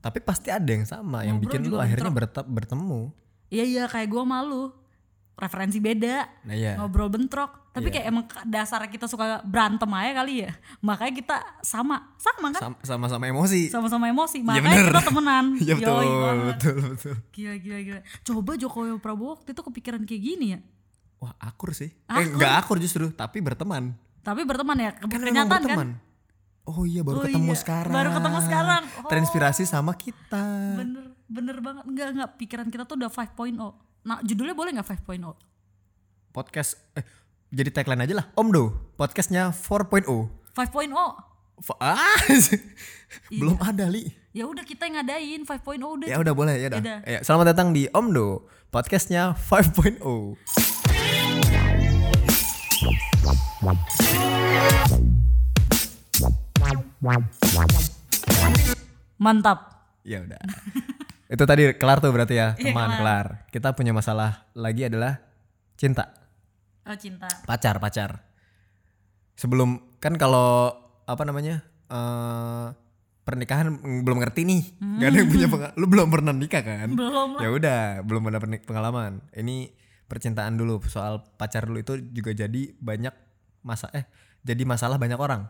S1: tapi pasti ada yang sama yang
S2: Ngobrol
S1: bikin lu
S2: juga
S1: akhirnya bertep- bertemu
S2: Iya iya kayak gua malu referensi beda
S1: nah ya
S2: ngobrol bentrok tapi
S1: Iya.
S2: kayak emang dasarnya kita suka berantem aja kali ya makanya kita sama sama kan
S1: sama sama emosi
S2: sama-sama emosi
S1: Iya
S2: makanya
S1: bener.
S2: kita temenan
S1: (laughs) Iya
S2: Yoi
S1: betul,
S2: banget.
S1: betul betul
S2: gila gila gila coba Jokowi sama Prabowo waktu itu kepikiran kayak gini ya
S1: wah akur sih eh
S2: Akur.
S1: nggak akur justru tapi berteman
S2: tapi berteman ya ke-
S1: kan memang
S2: kenyataan kan
S1: berteman oh iya baru
S2: Oh
S1: ketemu
S2: iya,
S1: sekarang
S2: baru ketemu sekarang. Oh.
S1: terinspirasi sama kita
S2: bener bener banget enggak enggak pikiran kita tuh udah 5.0 nah judulnya boleh nggak oh? 5.0
S1: podcast eh jadi tagline aja lah Omdo podcastnya 4.0
S2: 5.0
S1: F-
S2: (laughs)
S1: ah belum ada li
S2: ya udah kita yang ngadain 5.0 udah
S1: ya udah boleh ya udah
S2: Yaudah.
S1: Ya, selamat datang di Omdo podcastnya oh. 5.0
S2: mantap
S1: ya
S2: (laughs)
S1: udah itu tadi kelar tuh berarti ya teman
S2: Iya,
S1: kelar
S2: kelar.
S1: kita punya masalah lagi adalah cinta
S2: oh cinta
S1: pacar pacar sebelum kan kalau apa namanya eh, pernikahan mm, belum ngerti nih gak ada yang punya pengal- lu belum pernah nikah kan
S2: Belum
S1: ya udah belum ada pernik- pengalaman ini percintaan dulu soal pacar dulu itu juga jadi banyak masa eh jadi masalah banyak orang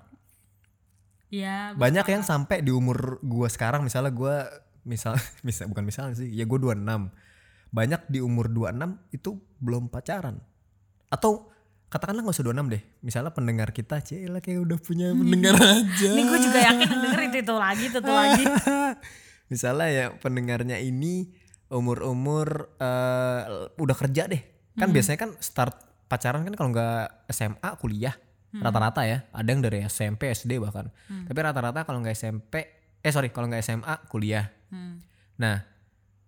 S2: ya
S1: banyak yang sampai di umur gua sekarang misalnya gua misal (laughs) misal bukan misalnya sih ya gua 26 banyak di umur 26 itu belum pacaran atau katakanlah nggak usah 26 deh misalnya pendengar kita cila kayak udah punya pendengar aja
S2: ini gue Hmm. juga (laughs) yakin yang denger itu, itu lagi itu, itu lagi
S1: (laughs) misalnya ya pendengarnya ini umur-umur eh, udah kerja deh kan biasanya kan start pacaran kan kalau nggak SMA kuliah rata-rata ya ada yang dari SMP SD bahkan tapi rata-rata kalau nggak SMP eh sorry kalau nggak SMA kuliah
S2: Hmm.
S1: nah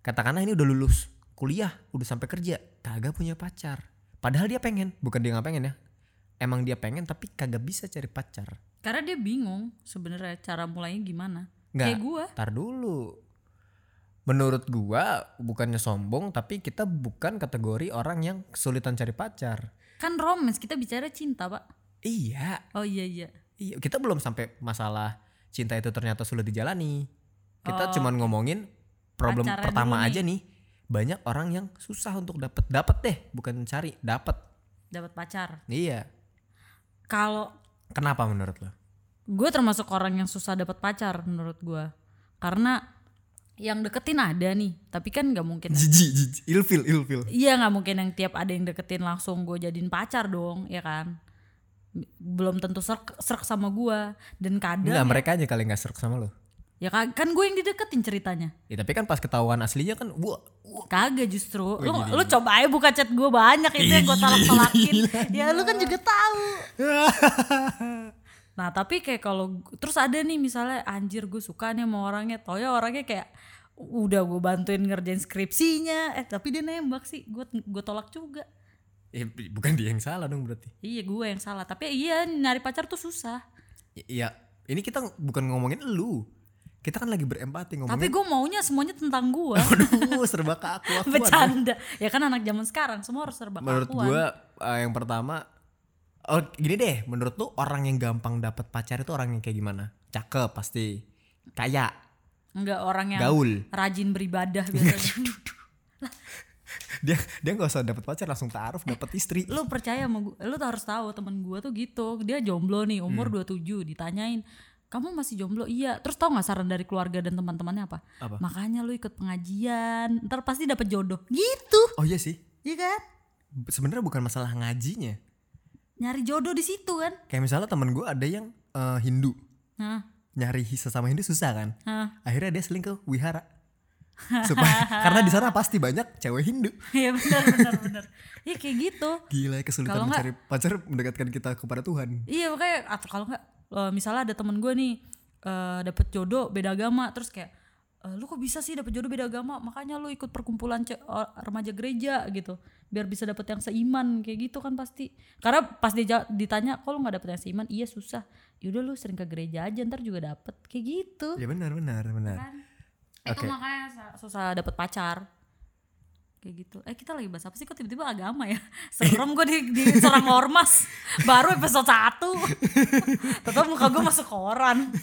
S1: katakanlah ini udah lulus kuliah udah sampai kerja kagak punya pacar padahal dia pengen bukan dia nggak pengen ya emang dia pengen tapi kagak bisa cari pacar
S2: karena dia bingung sebenarnya cara mulainya gimana
S1: Nggak.
S2: kayak gue
S1: Tar dulu. Menurut gua bukannya sombong tapi kita bukan kategori orang yang kesulitan cari pacar.
S2: kan romance kita bicara cinta pak
S1: Iya,
S2: oh iya iya
S1: iya kita belum sampai masalah cinta itu ternyata sulit dijalani. Kita cuman ngomongin problem
S2: Oh. Pacaran
S1: pertama
S2: dulu
S1: aja nih. Banyak orang yang susah untuk dapet dapet deh, bukan cari, dapet.
S2: dapat pacar
S1: Iya.
S2: kalau
S1: Kenapa menurut
S2: (laughs)
S1: lo?
S2: gue termasuk orang yang susah dapat pacar menurut gue karena yang deketin ada nih tapi kan nggak
S1: (laughs)
S2: mungkin
S1: Jijik, jijik, ilfil, ilfil.
S2: iya nggak mungkin yang tiap ada yang deketin langsung gue jadiin pacar dong ya kan belum tentu serk, serk sama gue dan
S1: Enggak,
S2: kadang
S1: mereka aja kali nggak serk sama lo.
S2: ya kan, kan gue yang dideketin ceritanya
S1: Ya, tapi kan pas ketahuan aslinya kan, wah, wah,
S2: kagak
S1: Oh,
S2: justru lu lu coba aja buka chat gue banyak itu yang gue tolak tolakin ya lu
S1: (laughs)
S2: kan juga tahu nah tapi kayak kalau terus ada nih misalnya anjir gue suka nih sama orangnya toya orangnya kayak udah gue bantuin ngerjain skripsinya eh tapi dia nembak sih gue gue tolak juga
S1: Ya, bukan dia yang salah dong berarti.
S2: iya gue yang salah tapi iya nyari pacar tuh susah
S1: Y- Ya, ini kita ng- bukan ngomongin lu. Kita kan lagi berempati
S2: tapi
S1: (laughs) ngomongin.
S2: gue maunya semuanya tentang
S1: (laughs)
S2: gue
S1: Aduh, serba keakuan.
S2: bercanda ya kan anak zaman sekarang semua harus serba
S1: Menurut
S2: keakuan.
S1: gua eh, yang pertama oh, gini deh, menurut tuh orang yang gampang dapat pacar itu orang yang kayak gimana? Cakep pasti. Kaya,
S2: enggak orang
S1: Ya.
S2: yang
S1: gaul. gitu.
S2: rajin beribadah biasanya
S1: Dia dia nggak usah dapat pacar langsung taaruf dapat istri.
S2: lu percaya sama gue lu tuh harus tahu temen gue tuh gitu dia jomblo nih umur 27 ditanyain kamu masih jomblo iya terus tau nggak saran dari keluarga dan teman-temannya apa?
S1: Apa?
S2: makanya lu ikut pengajian ntar pasti dapet jodoh gitu
S1: Oh iya sih.
S2: iya kan
S1: B- Sebenarnya bukan masalah ngajinya.
S2: nyari jodoh di situ kan
S1: Kayak misalnya temen gua ada yang eh, Hindu.
S2: nah
S1: Nyari sesama Hindu susah kan?
S2: Hah. (laughs)
S1: Akhirnya dia seling ke wihara. Supaya, karena di sana pasti banyak cewek Hindu.
S2: ya benar benar benar iya kayak gitu
S1: Gila ya, kesulitan
S2: Kalau nggak-
S1: mencari pacar mendekatkan kita kepada Tuhan.
S2: iya makanya atau kalau nggak eh, misalnya ada temen gue nih eh, dapet jodoh beda agama terus kayak "Eh, lu kok bisa sih dapet jodoh beda agama makanya lu ikut perkumpulan ce- eh, remaja gereja gitu biar bisa dapet yang seiman kayak gitu kan pasti karena pas dia jaw- ditanya kok lu nggak dapet yang seiman iya susah yaudah lu sering ke gereja aja ntar juga dapet kayak gitu
S1: Ya benar benar benar.
S2: itu
S1: Oke.
S2: makanya sa- susah dapet pacar kayak gitu eh kita lagi bahas apa sih kok tiba-tiba agama ya (laughs) serem gue di, di serang ormas baru episode (laughs) 1 tetap muka gue masuk koran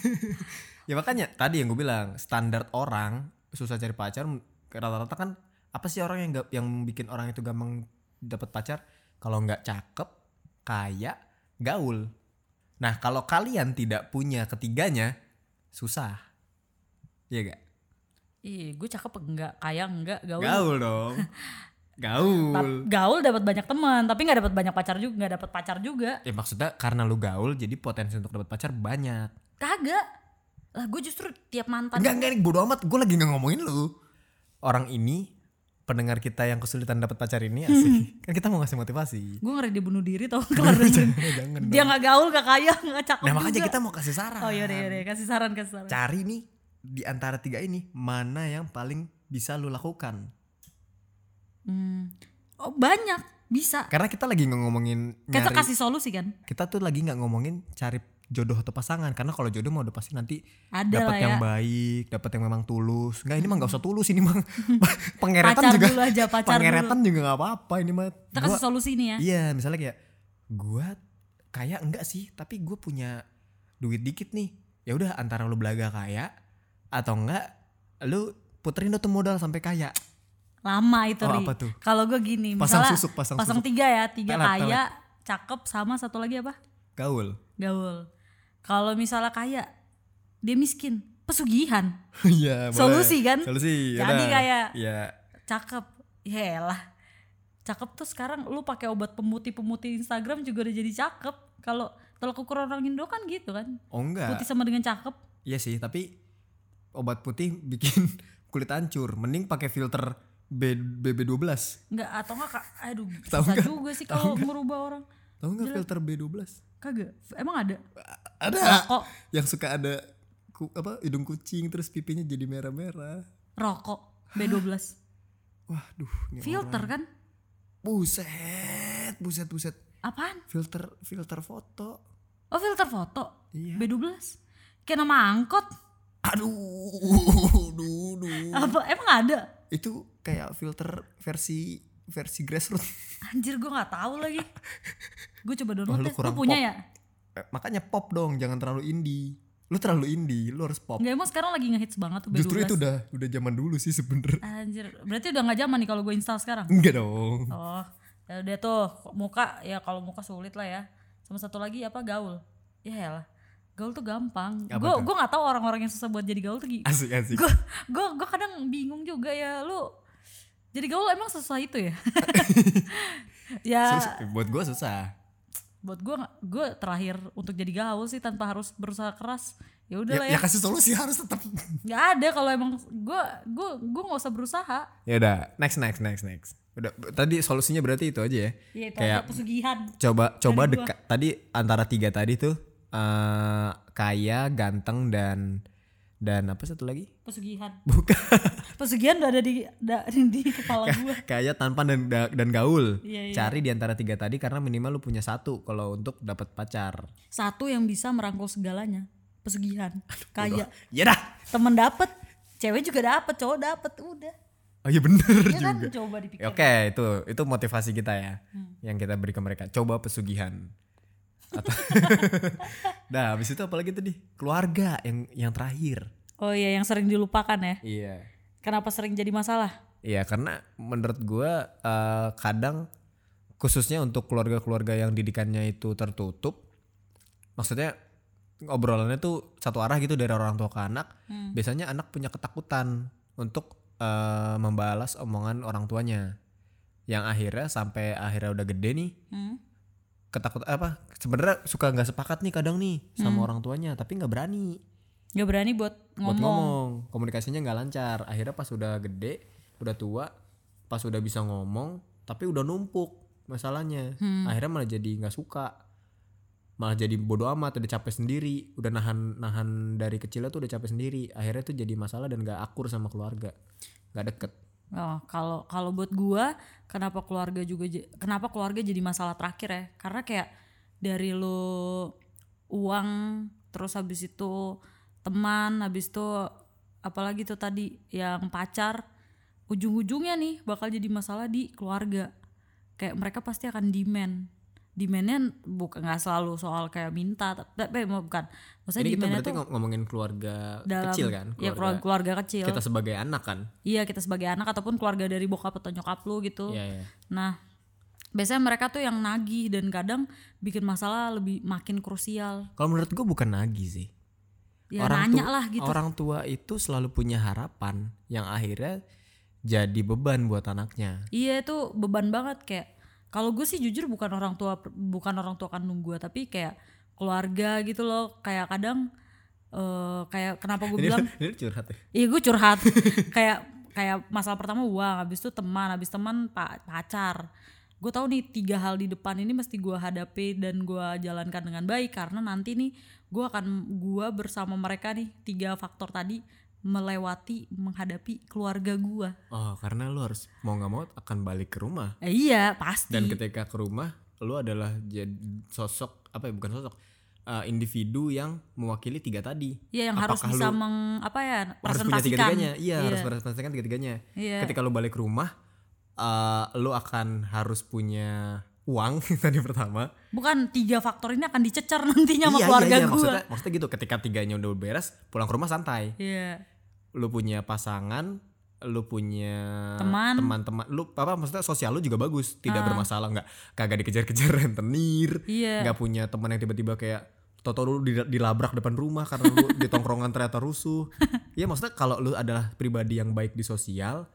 S1: Ya makanya tadi yang gue bilang standar orang susah cari pacar rata-rata kan apa sih orang yang gak, yang bikin orang itu gampang dapat pacar kalau nggak cakep, kaya, gaul. Nah kalau kalian tidak punya ketiganya susah. Iya gak?
S2: ih gue cakep enggak kaya enggak gaul
S1: Gaul
S2: (laughs)
S1: dong. Gaul.
S2: Ta- gaul dapat banyak teman tapi nggak dapat banyak pacar juga nggak dapat pacar juga
S1: Ya maksudnya karena lu gaul jadi potensi untuk dapat pacar banyak.
S2: kagak lah gue justru tiap mantan
S1: Enggak, enggak, bodo amat. Gue lagi gak ngomongin lu. Orang ini, pendengar kita yang kesulitan dapat pacar ini
S2: Hmm.
S1: asik. kan kita mau ngasih
S2: (laughs)
S1: motivasi.
S2: gue ngeri dia bunuh diri tau kelar
S1: (laughs)
S2: dari-
S1: jangan, jangan
S2: dia nggak gaul nggak kaya nggak cakep
S1: Nah makanya
S2: juga.
S1: kita mau kasih saran.
S2: oh yaudah yaudah kasih saran kasih saran
S1: Cari nih, di antara tiga ini, mana yang paling bisa lu lakukan.
S2: Hmm. Oh banyak bisa.
S1: Karena kita lagi nggak ngomongin
S2: Kita
S1: nyari.
S2: kasih solusi kan.
S1: Kita tuh lagi nggak ngomongin cari jodoh atau pasangan karena kalau jodoh mau udah pasti nanti
S2: Ada lah
S1: dapat
S2: ya.
S1: yang baik, dapat yang memang tulus. Enggak ini mah nggak usah tulus ini
S2: (laughs)
S1: mah (laughs) pengeretan
S2: Pacar
S1: juga.
S2: dulu aja, pacar dulu.
S1: pengeretan juga nggak apa-apa ini mah.
S2: Kita
S1: Gua-
S2: kasih solusi nih ya.
S1: Iya, misalnya kayak gua kaya enggak sih tapi gue punya duit dikit nih ya udah antara lu belaga kaya atau enggak lu puterin deh tuh modal sampai kaya
S2: lama itu
S1: Oh,
S2: Ri.
S1: apa tuh?
S2: Kalau gue gini,
S1: Pasang
S2: misalnya
S1: susuk, pasang susuk.
S2: tiga ya, tiga
S1: Pelet,
S2: kaya, cakep sama satu lagi apa?
S1: gaul (laughs)
S2: Gaul. Kalau misalnya kaya, dia miskin, pesugihan,
S1: Iya, boleh.
S2: Solusi kan?
S1: solusi
S2: Jadi
S1: yaudah.
S2: kayak-
S1: Iya.
S2: cakep, yaelah. Cakep tuh sekarang lu pakai obat pemutih-pemutih Instagram juga udah jadi cakep. Kalau tolak ukur orang Indo kan gitu kan,
S1: oh enggak
S2: putih sama dengan cakep.
S1: Iya sih, tapi obat putih bikin (laughs) kulit hancur. Mending pakai filter B, BB12.
S2: Enggak atau enggak Kak, aduh
S1: Tahu
S2: susah
S1: nggak?
S2: juga sih kalau merubah orang.
S1: Tahu nggak filter B12?
S2: Kagak. Emang
S1: (laughs)
S2: ada?
S1: Ada
S2: Rokok,
S1: (laughs) yang suka ada ku- apa hidung kucing terus pipinya jadi merah-merah.
S2: rokok B12.
S1: Waduh, ini
S2: Filter
S1: orang.
S2: kan?
S1: Buset, buset, buset.
S2: Apaan?
S1: Filter filter foto.
S2: Oh, filter foto.
S1: Iya.
S2: B12. Kayak nama angkot.
S1: Aduh, duh, duh.
S2: Apa emang ada?
S1: Itu kayak filter versi versi grassroots.
S2: Anjir gue nggak tahu
S1: (laughs)
S2: lagi. Gue coba download
S1: Wah, lu
S2: deh. Lu
S1: kurang
S2: punya
S1: pop.
S2: ya?
S1: Eh, makanya pop dong, jangan terlalu indie. Lu terlalu indie, lu harus pop.
S2: Enggak emang sekarang lagi ngehits banget tuh B12.
S1: Justru itu udah udah zaman dulu sih sebenernya.
S2: Anjir, berarti udah nggak zaman nih kalau gue install sekarang.
S1: (laughs) Enggak dong.
S2: Oh, ya udah tuh muka ya kalau muka sulit lah ya. Sama satu lagi apa gaul? Ya lah. Gaul tuh gampang.
S1: Apa
S2: Gue
S1: tuh? Ah.
S2: gue nggak tahu orang-orang yang susah buat jadi gaul tuh gi-
S1: (laughs) Asik asik.
S2: gue gue gue kadang bingung juga ya lu jadi gaul emang susah itu
S1: (laughs)
S2: ya ya
S1: Susah- buat gue susah.
S2: buat gue gue terakhir untuk jadi gaul sih tanpa harus berusaha keras ya
S1: Ya,
S2: udahlah
S1: ya
S2: ya
S1: kasih solusi harus tetap.
S2: nggak ada kalau emang gue gue gue nggak usah berusaha
S1: ya udah, next next next next. Udah b- tadi solusinya berarti itu aja ya.
S2: ya itu
S1: Kayak-
S2: aja pesugihan
S1: Coba coba
S2: Dari gua.
S1: dekat tadi antara tiga tadi tuh eh kaya, ganteng dan dan apa satu lagi?
S2: pesugihan
S1: Bukan
S2: pesugihan udah (laughs) ada di da- di kepala gue
S1: kaya tanpa dan da- dan gaul.
S2: Iya, iya.
S1: Cari di antara tiga tadi karena minimal lu punya satu kalau untuk dapat pacar.
S2: satu yang bisa merangkul segalanya pesugihan kayak
S1: Ya dah.
S2: temen dapet cewek juga dapet cowok dapet udah
S1: Oh iya bener
S2: ya
S1: juga.
S2: kan coba dipikir
S1: Ya, Oke, itu itu motivasi kita ya. Yang kita beri ke mereka. Coba pesugihan. Atau Nah, habis itu apalagi tadi? Keluarga yang yang terakhir.
S2: Oh iya yang sering dilupakan ya.
S1: Iya.
S2: Kenapa sering jadi masalah?
S1: Iya, karena menurut gua eh, kadang khususnya untuk keluarga-keluarga yang didikannya itu tertutup, maksudnya obrolannya tuh satu arah gitu dari orang tua ke anak,
S2: Hmm.
S1: biasanya anak punya ketakutan untuk eh, membalas omongan orang tuanya. Yang akhirnya sampai akhirnya udah gede nih,
S2: Hmm.
S1: ketakut apa? Sebenarnya suka nggak sepakat nih kadang nih sama orang tuanya, tapi nggak berani
S2: Gak berani buat
S1: buat
S2: Hmm. ngomong.
S1: ngomong komunikasinya nggak lancar akhirnya pas udah gede udah tua pas udah bisa ngomong tapi udah numpuk masalahnya
S2: Hmm.
S1: akhirnya malah jadi nggak suka malah jadi bodoh amat udah capek sendiri udah nahan nahan dari kecilnya tuh udah capek sendiri akhirnya tuh jadi masalah dan nggak akur sama keluarga nggak deket
S2: Oh, kalau kalau buat gua kenapa keluarga juga j- kenapa keluarga jadi masalah terakhir ya? Karena kayak dari lu uang terus habis itu teman, habis itu apalagi tuh tadi yang pacar ujung-ujungnya nih bakal jadi masalah di keluarga. Kayak mereka pasti akan demand. Demandnya bukan nggak selalu soal kayak minta, tapi bukan. Maksudnya
S1: ini kita
S2: demandnya
S1: berarti
S2: tuh
S1: ngo- ngomongin keluarga
S2: dalam
S1: kecil kan
S2: ya keluarga, keluarga kecil.
S1: kita sebagai anak kan
S2: Iya kita sebagai anak ataupun keluarga dari bokap atau nyokap lu gitu.
S1: Iya, iya.
S2: Nah, biasanya mereka tuh yang nagih dan kadang bikin masalah lebih makin krusial.
S1: kalau menurut gua bukan nagih sih
S2: Ya
S1: orang
S2: nanya
S1: tua,
S2: lah gitu.
S1: Orang tua itu selalu punya harapan yang akhirnya jadi beban buat anaknya.
S2: Iya itu beban banget kayak kalau gue sih jujur bukan orang tua bukan orang tua kandung gue tapi kayak keluarga gitu loh kayak kadang eh, kayak kenapa gue bilang
S1: ini curhat ya.
S2: Iya gue curhat (laughs) kayak kayak masalah pertama uang, habis itu teman, habis teman pa- pacar. Gue tahu nih tiga hal di depan ini mesti gue hadapi dan gue jalankan dengan baik karena nanti nih gue akan gue bersama mereka nih tiga faktor tadi melewati menghadapi keluarga gue.
S1: Oh, karena lu harus mau nggak mau akan balik ke rumah.
S2: Eh, iya pasti.
S1: Dan ketika ke rumah, lu adalah jadi sosok apa ya bukan sosok eh, individu yang mewakili tiga tadi.
S2: Iya yang harus
S1: Apakah
S2: bisa
S1: lu
S2: meng apa ya
S1: harus punya
S2: presentasikan.
S1: tiga-tiganya. Iya,
S2: Iya.
S1: harus merepresentasikan tiga-tiganya.
S2: Iya.
S1: Ketika lu balik ke rumah, eh, lu akan harus punya uang (laughs) tadi pertama
S2: Bukan tiga faktor ini akan dicecer (laughs) nantinya
S1: Iya,
S2: sama
S1: iya,
S2: keluarga
S1: iya,
S2: gua.
S1: maksudnya, maksudnya gitu ketika tiganya udah beres pulang ke rumah santai
S2: Iya.
S1: lu punya pasangan lu punya
S2: Teman. Ah.
S1: teman-teman lu apa maksudnya sosial lu juga bagus tidak bermasalah nggak kagak dikejar-kejar (laughs) rentenir
S2: Iya.
S1: nggak punya teman yang tiba-tiba kayak Toto lu di- dilabrak depan rumah karena lu di tongkrongan ternyata
S2: (laughs)
S1: rusuh. Iya maksudnya kalau lu adalah pribadi yang baik di sosial,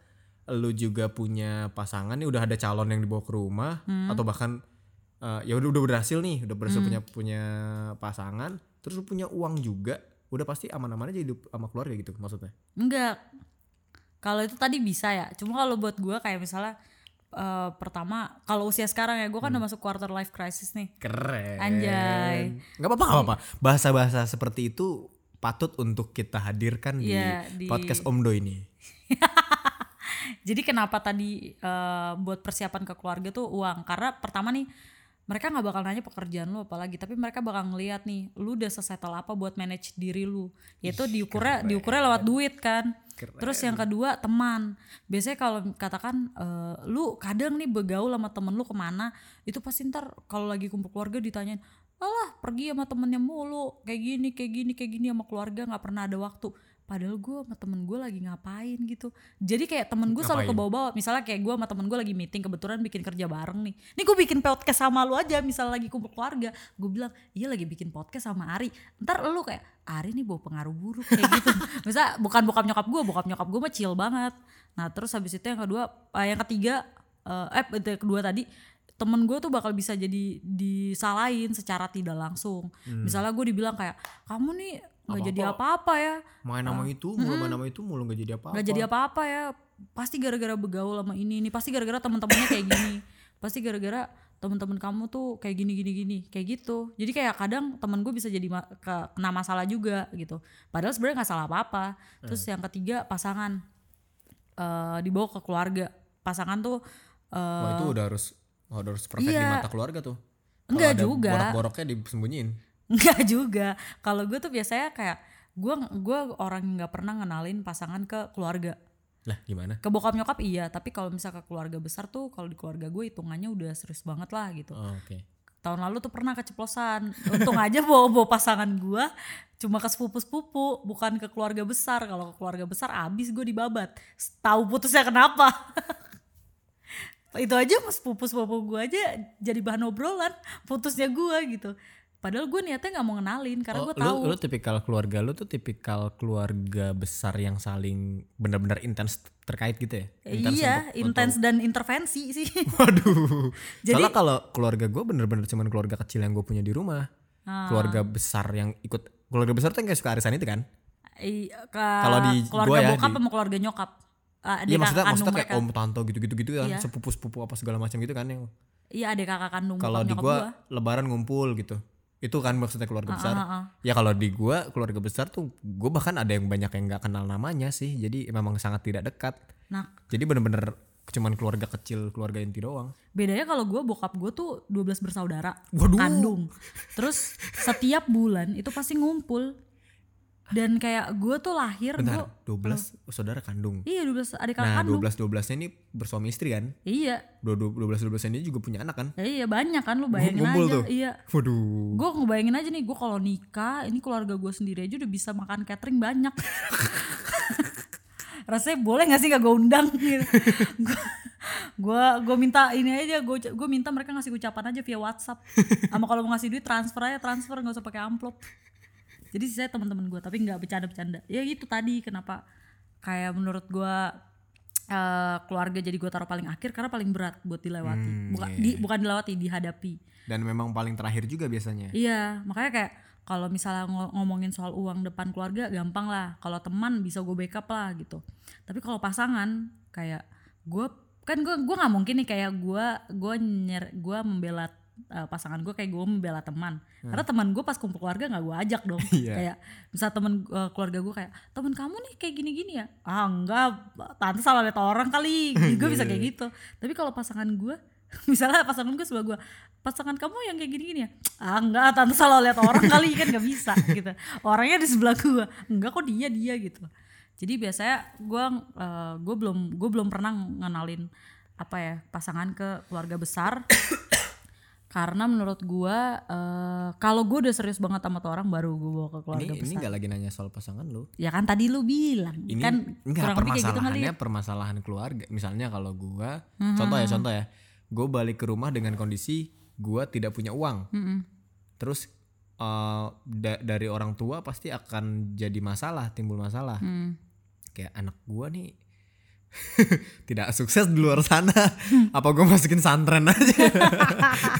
S1: lu juga punya pasangan nih udah ada calon yang dibawa ke rumah
S2: Hmm.
S1: atau bahkan eh, ya udah udah berhasil nih, udah berhasil punya punya pasangan, terus lu punya uang juga, udah pasti aman-aman aja hidup sama keluarga gitu maksudnya.
S2: Enggak. Kalau itu tadi bisa ya. Cuma kalau buat gua kayak misalnya eh, pertama kalau usia sekarang ya gua
S1: Hmm.
S2: kan udah masuk quarter life crisis nih.
S1: Keren.
S2: Anjay.
S1: Gak apa-apa, gak apa-apa. Bahasa-bahasa seperti itu patut untuk kita hadirkan
S2: Iya,
S1: di,
S2: di-
S1: podcast Oh. Omdo ini.
S2: Jadi kenapa tadi eh, buat persiapan ke keluarga tuh uang? Karena pertama nih mereka nggak bakal nanya pekerjaan lu apalagi, tapi mereka bakal ngeliat nih lu udah sesetel apa buat manage diri lu. Yaitu diukurnya diukurnya lewat duit kan. Terus yang kedua teman. Biasanya kalau katakan eh, lu kadang nih begaul sama temen lu kemana, itu pasti ntar kalau lagi kumpul keluarga ditanyain, alah pergi sama temennya mulu, kayak gini, kayak gini, kayak gini sama keluarga nggak pernah ada waktu. Padahal gue sama temen gue lagi ngapain gitu. Jadi kayak temen gue selalu
S1: Ngapain?
S2: kebawa-bawa. Misalnya kayak gue sama temen gue lagi meeting kebetulan bikin kerja bareng nih. Nih gue bikin podcast sama lu aja misalnya lagi kumpul keluarga. Gue bilang iya lagi bikin podcast sama Ari. Ntar lu kayak Ari nih bawa pengaruh buruk kayak gitu. Misalnya bukan bokap nyokap gue, bokap nyokap gue mah chill banget. Nah terus habis itu yang kedua, eh, yang ketiga, eh, eh yang kedua tadi temen gue tuh bakal bisa jadi disalahin secara tidak langsung.
S1: Hmm.
S2: Misalnya gue dibilang kayak kamu nih nggak jadi apa-apa ya
S1: main nama itu mulu main nama itu mulu nggak jadi apa-apa
S2: Hmm. nggak jadi apa-apa ya pasti gara-gara begaul sama ini ini pasti gara-gara teman-temannya kayak gini pasti gara-gara teman-teman kamu tuh kayak gini gini gini kayak gitu jadi kayak kadang temen gue bisa jadi ma- ke- kena masalah juga gitu padahal sebenarnya nggak salah apa-apa
S1: Hmm.
S2: terus yang ketiga pasangan eh, dibawa ke keluarga pasangan tuh eh,
S1: Wah itu udah harus oh, udah harus perfect di
S2: Iya.
S1: mata keluarga tuh Kalau
S2: Enggak
S1: ada
S2: juga.
S1: borok-boroknya disembunyiin
S2: Enggak juga. Kalau gue tuh biasanya kayak gue gue orang yang nggak pernah ngenalin pasangan ke keluarga.
S1: lah gimana
S2: Ke bokap nyokap iya, tapi kalau misal ke keluarga besar tuh kalau di keluarga gue hitungannya udah serius banget lah gitu.
S1: oh, oke
S2: Tahun lalu tuh pernah keceplosan. Untung aja bawa bawa pasangan gue cuma ke sepupu-sepupu, bukan ke keluarga besar. Kalau ke keluarga besar abis gue dibabat. Tahu putusnya kenapa? itu aja mas sepupu-sepupu gue aja jadi bahan obrolan putusnya gue gitu. Padahal gue niatnya nggak mau ngenalin karena gue tahu.
S1: Oh, lu, lu tipikal keluarga lu tuh tipikal keluarga besar yang saling benar-benar intens terkait gitu ya Intens
S2: Iya,
S1: untuk-
S2: intens dan intervensi sih.
S1: (laughs) Waduh.
S2: Jadi-
S1: Soalnya kalau keluarga gue bener-bener cuman keluarga kecil yang gue punya di rumah.
S2: Ah.
S1: Keluarga besar yang ikut keluarga besar tuh yang kayak suka arisan itu kan?
S2: I- ke
S1: Kalau di
S2: keluarga
S1: gua ya,
S2: bokap
S1: di-
S2: sama keluarga nyokap. Ah, adik
S1: Iya maksudnya
S2: kakak
S1: maksudnya
S2: kandung
S1: kayak
S2: mereka.
S1: om tante gitu-gitu gitu kan,
S2: Iya.
S1: sepupu-sepupu apa segala macam gitu kan yang
S2: Iya, adik kakak kandung
S1: kalau
S2: bokap
S1: di
S2: nyokap
S1: gua lebaran ngumpul gitu itu kan maksudnya keluarga besar
S2: ah, ah.
S1: ya kalau di gua keluarga besar tuh gua bahkan ada yang banyak yang nggak kenal namanya sih jadi memang sangat tidak dekat
S2: Nah,
S1: jadi bener-bener cuman keluarga kecil keluarga inti doang
S2: bedanya kalau gua bokap gua tuh 12 bersaudara
S1: Waduh.
S2: kandung. Terus setiap bulan itu pasti ngumpul. Dan kayak gua tuh lahir
S1: bentar
S2: gua
S1: 12 saudara kandung
S2: Oh. Iya, 12 adik kakak
S1: nah
S2: kandung.
S1: 12 12 nya ini bersuami istri kan
S2: Iya.
S1: Dua- dua- 12 12 nya ini juga punya anak kan
S2: Ya Iya, banyak kan lu bayangin
S1: Ngumpul
S2: aja.
S1: tuh.
S2: Iya.
S1: waduh
S2: gue ngebayangin aja nih gue kalau nikah ini keluarga gue sendiri aja udah bisa makan catering banyak (laughs) rasanya boleh nggak sih gak gue undang gitu gue gue minta ini aja gue gue minta mereka ngasih ucapan aja via WhatsApp sama kalau mau ngasih duit transfer aja transfer nggak usah pakai amplop jadi sih saya teman-teman gue tapi nggak bercanda-bercanda ya itu tadi kenapa kayak menurut gue eh, keluarga jadi gue taruh paling akhir karena paling berat buat dilewati
S1: Hmm,
S2: bukan
S1: iya.
S2: di, bukan dilewati dihadapi
S1: dan memang paling terakhir juga biasanya
S2: Iya, makanya kayak kalau misalnya ngo- ngomongin soal uang depan keluarga gampang lah. Kalau teman bisa gue backup lah gitu. Tapi kalau pasangan kayak gue kan gue gue nggak mungkin nih kayak gue gue nyer gue membela eh, pasangan gue kayak gue membela teman karena teman gue pas kumpul keluarga nggak gue ajak dong
S1: Iya.
S2: kayak misal teman eh, keluarga gue kayak teman kamu nih kayak gini gini ya ah enggak tante salah lihat orang kali gue bisa kayak gitu tapi kalau pasangan gue (laughs) misalnya pasangan gue sebelah gue pasangan kamu yang kayak gini gini ya ah enggak tante salah lihat orang kali kan nggak
S1: (laughs)
S2: bisa gitu orangnya di sebelah gue enggak kok dia dia gitu jadi biasanya gue eh, gue
S1: (coughs)
S2: belum gue belum pernah ngenalin apa ya pasangan ke keluarga besar karena menurut gua eh, kalau gua udah serius banget sama tuh orang baru gua bawa ke keluarga
S1: Ini ini
S2: besar
S1: nggak lagi nanya soal pasangan lu.
S2: ya kan tadi lu bilang
S1: Ini
S2: kan
S1: enggak
S2: kurang lebih kayak gitu kali
S1: permasalahannya permasalahan keluarga. Misalnya kalau gua
S2: Hmm.
S1: contoh ya contoh ya. Gue balik ke rumah dengan kondisi gua tidak punya uang.
S2: Mm-mm.
S1: Terus eh, da- dari orang tua pasti akan jadi masalah, timbul masalah.
S2: Hmm.
S1: Kayak anak gua nih (laughs) tidak sukses di luar sana. Apa gue masukin santren aja? (laughs)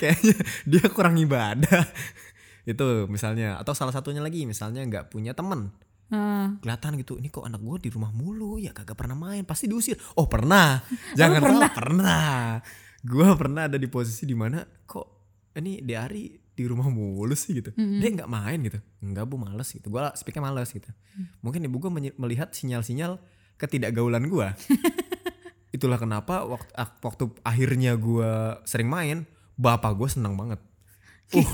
S1: Kayaknya dia kurang ibadah. Itu misalnya atau salah satunya lagi misalnya nggak punya temen
S2: Eh,
S1: kelihatan gitu ini kok anak gue di rumah mulu ya kagak pernah main pasti diusir oh pernah jangan pernah pernah gue pernah ada di posisi dimana kok ini di hari di rumah mulu sih gitu dia nggak main gitu nggak bu males gitu gue speaknya males gitu mungkin ibu gue melihat sinyal-sinyal ketidakgaulan gue itulah kenapa waktu ak- waktu akhirnya gue sering main bapak gue senang banget uh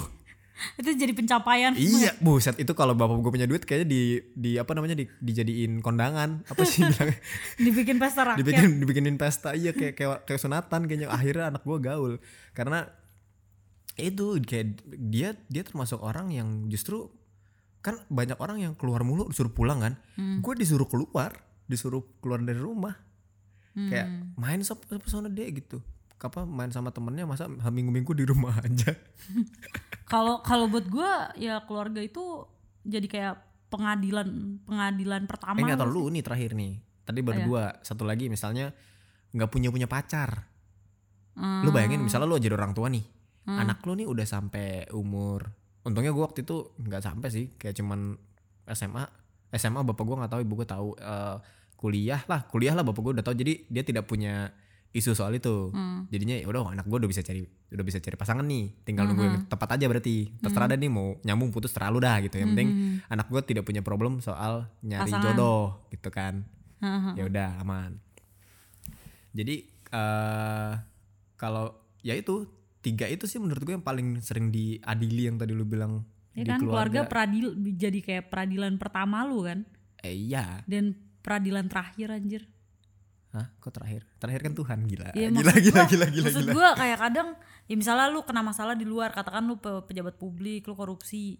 S2: itu jadi pencapaian
S1: Iya, buset itu kalau bapak gue punya duit kayaknya di di apa namanya di, dijadiin kondangan apa sih bilangnya?
S2: (laughs) dibikin pesta rakyat
S1: dibikin dibikinin pesta iya kayak kayak, kayak sunatan kayaknya akhirnya anak gue gaul karena itu kayak dia dia termasuk orang yang justru kan banyak orang yang keluar mulu disuruh pulang kan
S2: Hmm. Mm,
S1: gue disuruh keluar disuruh keluar dari rumah
S2: mm.
S1: kayak main sama pesona dia gitu apa main sama temennya masa minggu-minggu di rumah (laughs) aja
S2: kalau kalau buat gua ya keluarga itu jadi kayak pengadilan pengadilan pertama
S1: Eh nggak tau lu nih terakhir nih. Tadi
S2: Iya.
S1: berdua, satu lagi misalnya nggak punya punya pacar.
S2: Hmm.
S1: Lu bayangin misalnya lu jadi orang tua nih.
S2: Ah,
S1: Anak lu nih udah sampai umur. Untungnya gua waktu itu nggak sampai sih, kayak cuman SMA. SMA bapak gua nggak tahu, ibu gua tahu. Eh, kuliah lah, kuliah lah bapak gua udah tahu. Jadi dia tidak punya isu soal
S2: Hmm.
S1: itu. Jadinya ya udah anak gua udah bisa cari udah bisa cari pasangan nih. Tinggal nunggu yang tepat aja berarti. Terserah ada nih mau nyambung putus terlalu dah gitu. Yang penting
S2: Hmm,
S1: anak gua tidak punya problem soal nyari
S2: Pasangan.
S1: jodoh gitu kan
S2: Haha.
S1: ya udah aman jadi eh kalau ya itu tiga itu sih menurut gue yang paling sering diadili yang tadi lu bilang
S2: Ya
S1: di
S2: kan keluarga, peradil jadi kayak peradilan pertama lu kan
S1: eh, iya
S2: dan peradilan terakhir anjir.
S1: Hah, kok terakhir terakhir kan Tuhan gila
S2: Ya,
S1: gila,
S2: maksud
S1: gila
S2: gua-
S1: gila gila
S2: Maksud
S1: gila.
S2: gua kayak kadang ya misalnya lu kena masalah di luar, katakan lu pe- pejabat publik, lu korupsi.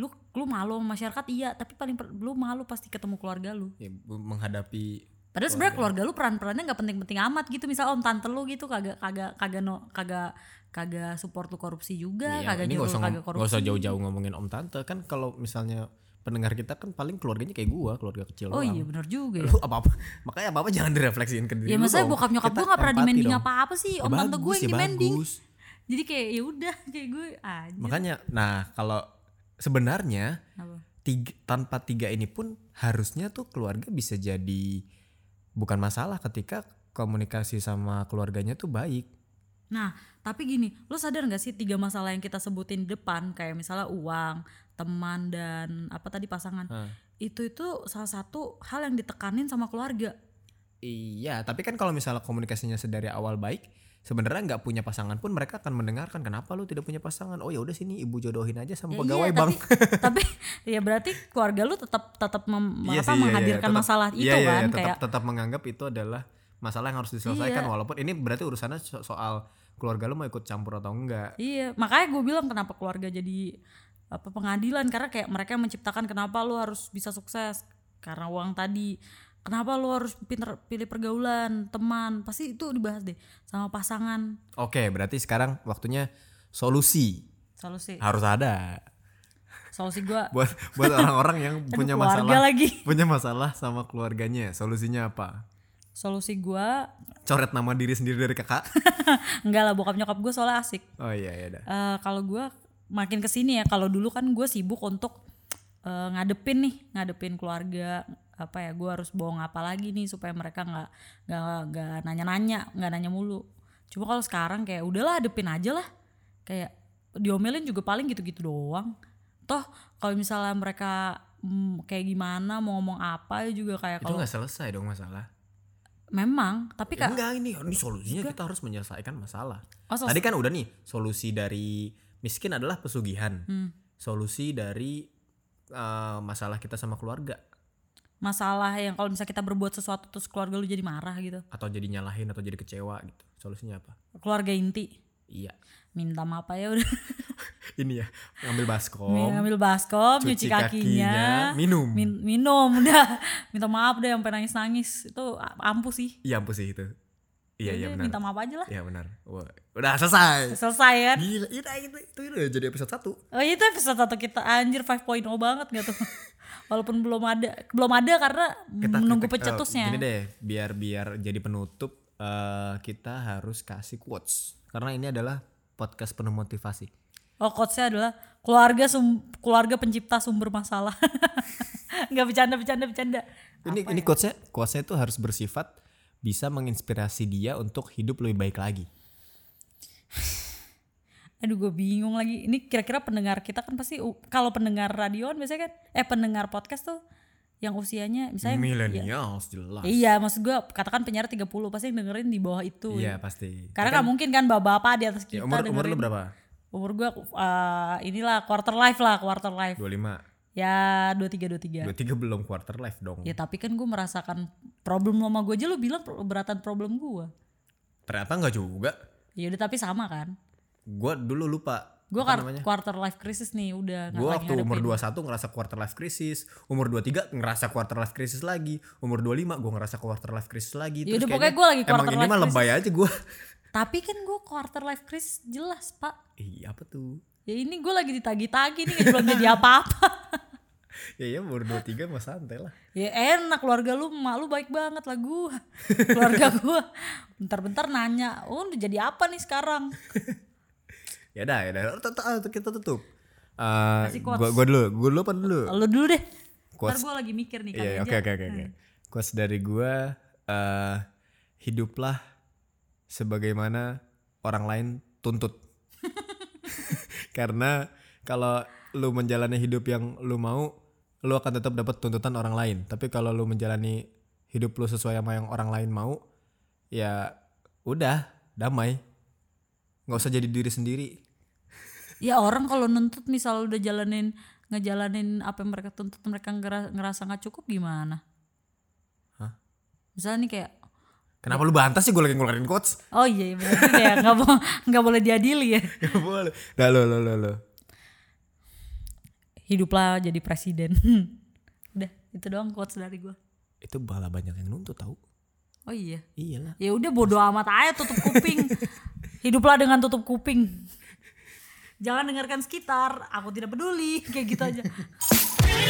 S2: Lu lu malu sama masyarakat iya, tapi paling per- lu malu pasti ketemu keluarga lu.
S1: Ya, bu- menghadapi
S2: Padahal
S1: iya.
S2: sebenarnya keluarga lu peran-perannya nggak penting-penting amat gitu. Misal om tante lu gitu kagak kagak kagak no, kagak kagak support lu korupsi juga,
S1: ya,
S2: kagak
S1: ini
S2: nyuruh
S1: gak
S2: lu
S1: usah,
S2: kagak
S1: ngom-
S2: korupsi.
S1: nggak usah jauh-jauh ngomongin om tante kan kalau misalnya pendengar kita kan paling keluarganya kayak gua keluarga kecil
S2: Oh
S1: doang.
S2: iya bener
S1: (laughs)
S2: juga ya.
S1: lu apa apa makanya apa apa jangan direfleksiin ke diri
S2: Ya
S1: lu
S2: maksudnya
S1: dong.
S2: bokap nyokap
S1: Kita
S2: gue gak pernah
S1: empati
S2: demanding
S1: dong.
S2: apa-apa sih.
S1: Ya
S2: Om tante gue
S1: bagus,
S2: yang
S1: ya
S2: demanding.
S1: bagus.
S2: Jadi kayak ya udah (laughs) kayak gue aja.
S1: Makanya, nah kalau sebenarnya
S2: Apa?
S1: tiga- tanpa tiga ini pun harusnya tuh keluarga bisa jadi bukan masalah ketika komunikasi sama keluarganya tuh baik.
S2: Nah, tapi gini, lo sadar nggak sih tiga masalah yang kita sebutin di depan kayak misalnya uang, teman dan apa tadi pasangan.
S1: Hah.
S2: Itu itu salah satu hal yang ditekanin sama keluarga.
S1: Iya, tapi kan kalau misalnya komunikasinya sedari awal baik, sebenarnya nggak punya pasangan pun mereka akan mendengarkan kenapa lu tidak punya pasangan. Oh ya udah sini ibu jodohin aja sama
S2: Ya
S1: pegawai
S2: iya,
S1: bang. (laughs)
S2: Tapi, tapi ya berarti keluarga lu tetap tetap mem-
S1: Iya sih, iya,
S2: apa,
S1: iya,
S2: menghadirkan
S1: tetap-
S2: masalah itu
S1: iya, iya,
S2: kan
S1: tetap,
S2: kayak
S1: tetap menganggap itu adalah masalah yang harus diselesaikan
S2: Iya.
S1: walaupun ini berarti urusannya so- soal keluarga lu mau ikut campur atau enggak.
S2: Iya, makanya gue bilang kenapa keluarga jadi apa pengadilan karena kayak mereka yang menciptakan kenapa lu harus bisa sukses karena uang tadi. Kenapa lu harus pinter pilih pergaulan, teman, pasti itu dibahas deh sama pasangan.
S1: Oke, berarti sekarang waktunya solusi
S2: Solusi.
S1: harus ada
S2: Solusi gue
S1: buat buat orang-orang yang punya
S2: keluarga
S1: masalah
S2: lagi.
S1: punya masalah sama keluarganya. Solusinya apa?
S2: Solusi gua
S1: Coret nama diri sendiri dari kakak.
S2: enggak lah bokap nyokap gue soalnya asik.
S1: Oh iya iya dah.
S2: Eh, kalau gua makin kesini ya kalau dulu kan gue sibuk untuk eh, ngadepin nih ngadepin keluarga apa ya gua harus bohong apa lagi nih supaya mereka nggak nggak nggak nanya nanya nggak nanya mulu cuma kalau sekarang kayak udahlah adepin aja lah kayak diomelin juga paling gitu gitu doang toh kalau misalnya mereka mm, kayak gimana mau ngomong apa juga kayak
S1: Itu
S2: Ya, kalau
S1: nggak selesai dong masalah.
S2: memang tapi
S1: Ya,
S2: kayak
S1: enggak ini ini solusinya kita harus menyelesaikan masalah.
S2: Oh, solusi-
S1: Tadi kan udah nih solusi dari miskin adalah pesugihan.
S2: hmm,
S1: Solusi dari eh, masalah kita sama keluarga
S2: masalah yang kalau misalnya kita berbuat sesuatu terus keluarga lu jadi marah gitu
S1: atau jadi nyalahin atau jadi kecewa gitu. Solusinya apa?
S2: keluarga inti
S1: Iya.
S2: minta maaf ya udah
S1: Ini ya, ngambil baskom,
S2: Iya, ngambil baskom
S1: cuci
S2: cuci, kakinya,
S1: minum.
S2: min- minum udah minta maaf deh sampai nangis nangis itu a- ampuh sih
S1: Iya ampun sih itu. Iya, iya benar.
S2: Jadi minta maaf aja lah
S1: Iya benar. Wah, udah selesai.
S2: selesai ya
S1: Gila, itu, itu, itu udah jadi episode 1.
S2: oh itu episode satu kita anjir 5.0 banget gak tuh (laughs) walaupun belum ada belum ada karena menunggu Mm, pecetusnya
S1: Ini eh, deh, biar biar jadi penutup eh, kita harus kasih quotes karena ini adalah podcast penuh motivasi.
S2: Oh quotesnya adalah keluarga sum- keluarga pencipta sumber masalah. (laughs) Nggak bercanda bercanda bercanda.
S1: Ini
S2: ya?
S1: ini quotesnya quotesnya itu harus bersifat bisa menginspirasi dia untuk hidup lebih baik lagi.
S2: Aduh gue bingung lagi. Ini kira-kira pendengar kita kan pasti u- kalau pendengar radioan biasanya kan eh pendengar podcast tuh yang usianya misalnya
S1: Millennials jelas.
S2: Iya, maksud gue katakan penyiar 30 pasti yang dengerin di bawah itu.
S1: Iya pasti.
S2: Karena nggak mungkin kan bapak-bapak di atas
S1: Ya,
S2: kita
S1: umur umur
S2: dengerin.
S1: lu berapa?
S2: Umur gue eh, inilah quarter life lah, quarter life.
S1: 25.
S2: Ya 23 23.
S1: 23 belum quarter life dong.
S2: Ya tapi kan gue merasakan problem lama gue aja lu bilang keberatan problem gue.
S1: Ternyata nggak juga.
S2: Ya udah tapi sama kan.
S1: Gua dulu lupa.
S2: Gue
S1: apa namanya?
S2: quarter life crisis nih udah nggak
S1: Gue
S2: Nah, lagi
S1: waktu umur
S2: ngadepin. Ya
S1: 21 ngerasa quarter life crisis, umur 23 ngerasa quarter life crisis lagi, umur 25 gue ngerasa quarter life crisis lagi.
S2: Yaudah,
S1: kayaknya,
S2: Ya pokoknya gua lagi
S1: Emang
S2: quarter
S1: ini
S2: life
S1: mah lebay aja (laughs) gue.
S2: Tapi kan gue quarter life crisis jelas pak.
S1: Iya apa tuh?
S2: Ya ini gue lagi ditagi-tagi nih belum jadi
S1: (laughs)
S2: apa-apa.
S1: Ya ya umur 23 mah santai lah.
S2: Ya enak keluarga lu, emak lu baik banget lah gue. Keluarga gue bentar-bentar nanya, oh udah jadi apa nih sekarang?
S1: Ya dah ya dah. Tut- tut- Kita tutup. Eh,
S2: Kasih quotes.
S1: gua gua dulu, gua dulu apa dulu?
S2: Lu dulu deh. Ntar
S1: Quotes.
S2: gue lagi mikir nih. kan,
S1: Iya,
S2: kali
S1: oke
S2: aja.
S1: oke oke oke. Quotes dari gua eh hiduplah sebagaimana orang lain (laughs) tuntut. Karena kalau lu menjalani hidup yang lu mau, lu akan tetap dapat tuntutan orang lain. Tapi kalau lu menjalani hidup lu sesuai sama yang orang lain mau, ya udah, damai. nggak usah jadi diri sendiri.
S2: Ya orang kalau nuntut misal udah jalanin ngejalanin apa yang mereka tuntut mereka ngera- ngerasa nggak cukup gimana?
S1: Hah?
S2: Misalnya nih kayak
S1: Kenapa lu bantah sih gue lagi ngeluarin quotes? (laughs)
S2: oh iya benar juga ya nggak bo- nggak boleh diadili ya.
S1: Gak boleh. Nah, Dah lo lo lo lo.
S2: Hiduplah jadi presiden. (laughs) udah itu doang quotes dari gua
S1: Itu malah banyak yang nuntut tau.
S2: Oh iya.
S1: Iyalah.
S2: Ya udah bodo amat aja tutup (laughs) kuping. Hiduplah dengan tutup kuping. Jangan dengarkan sekitar, aku tidak peduli, kayak gitu aja.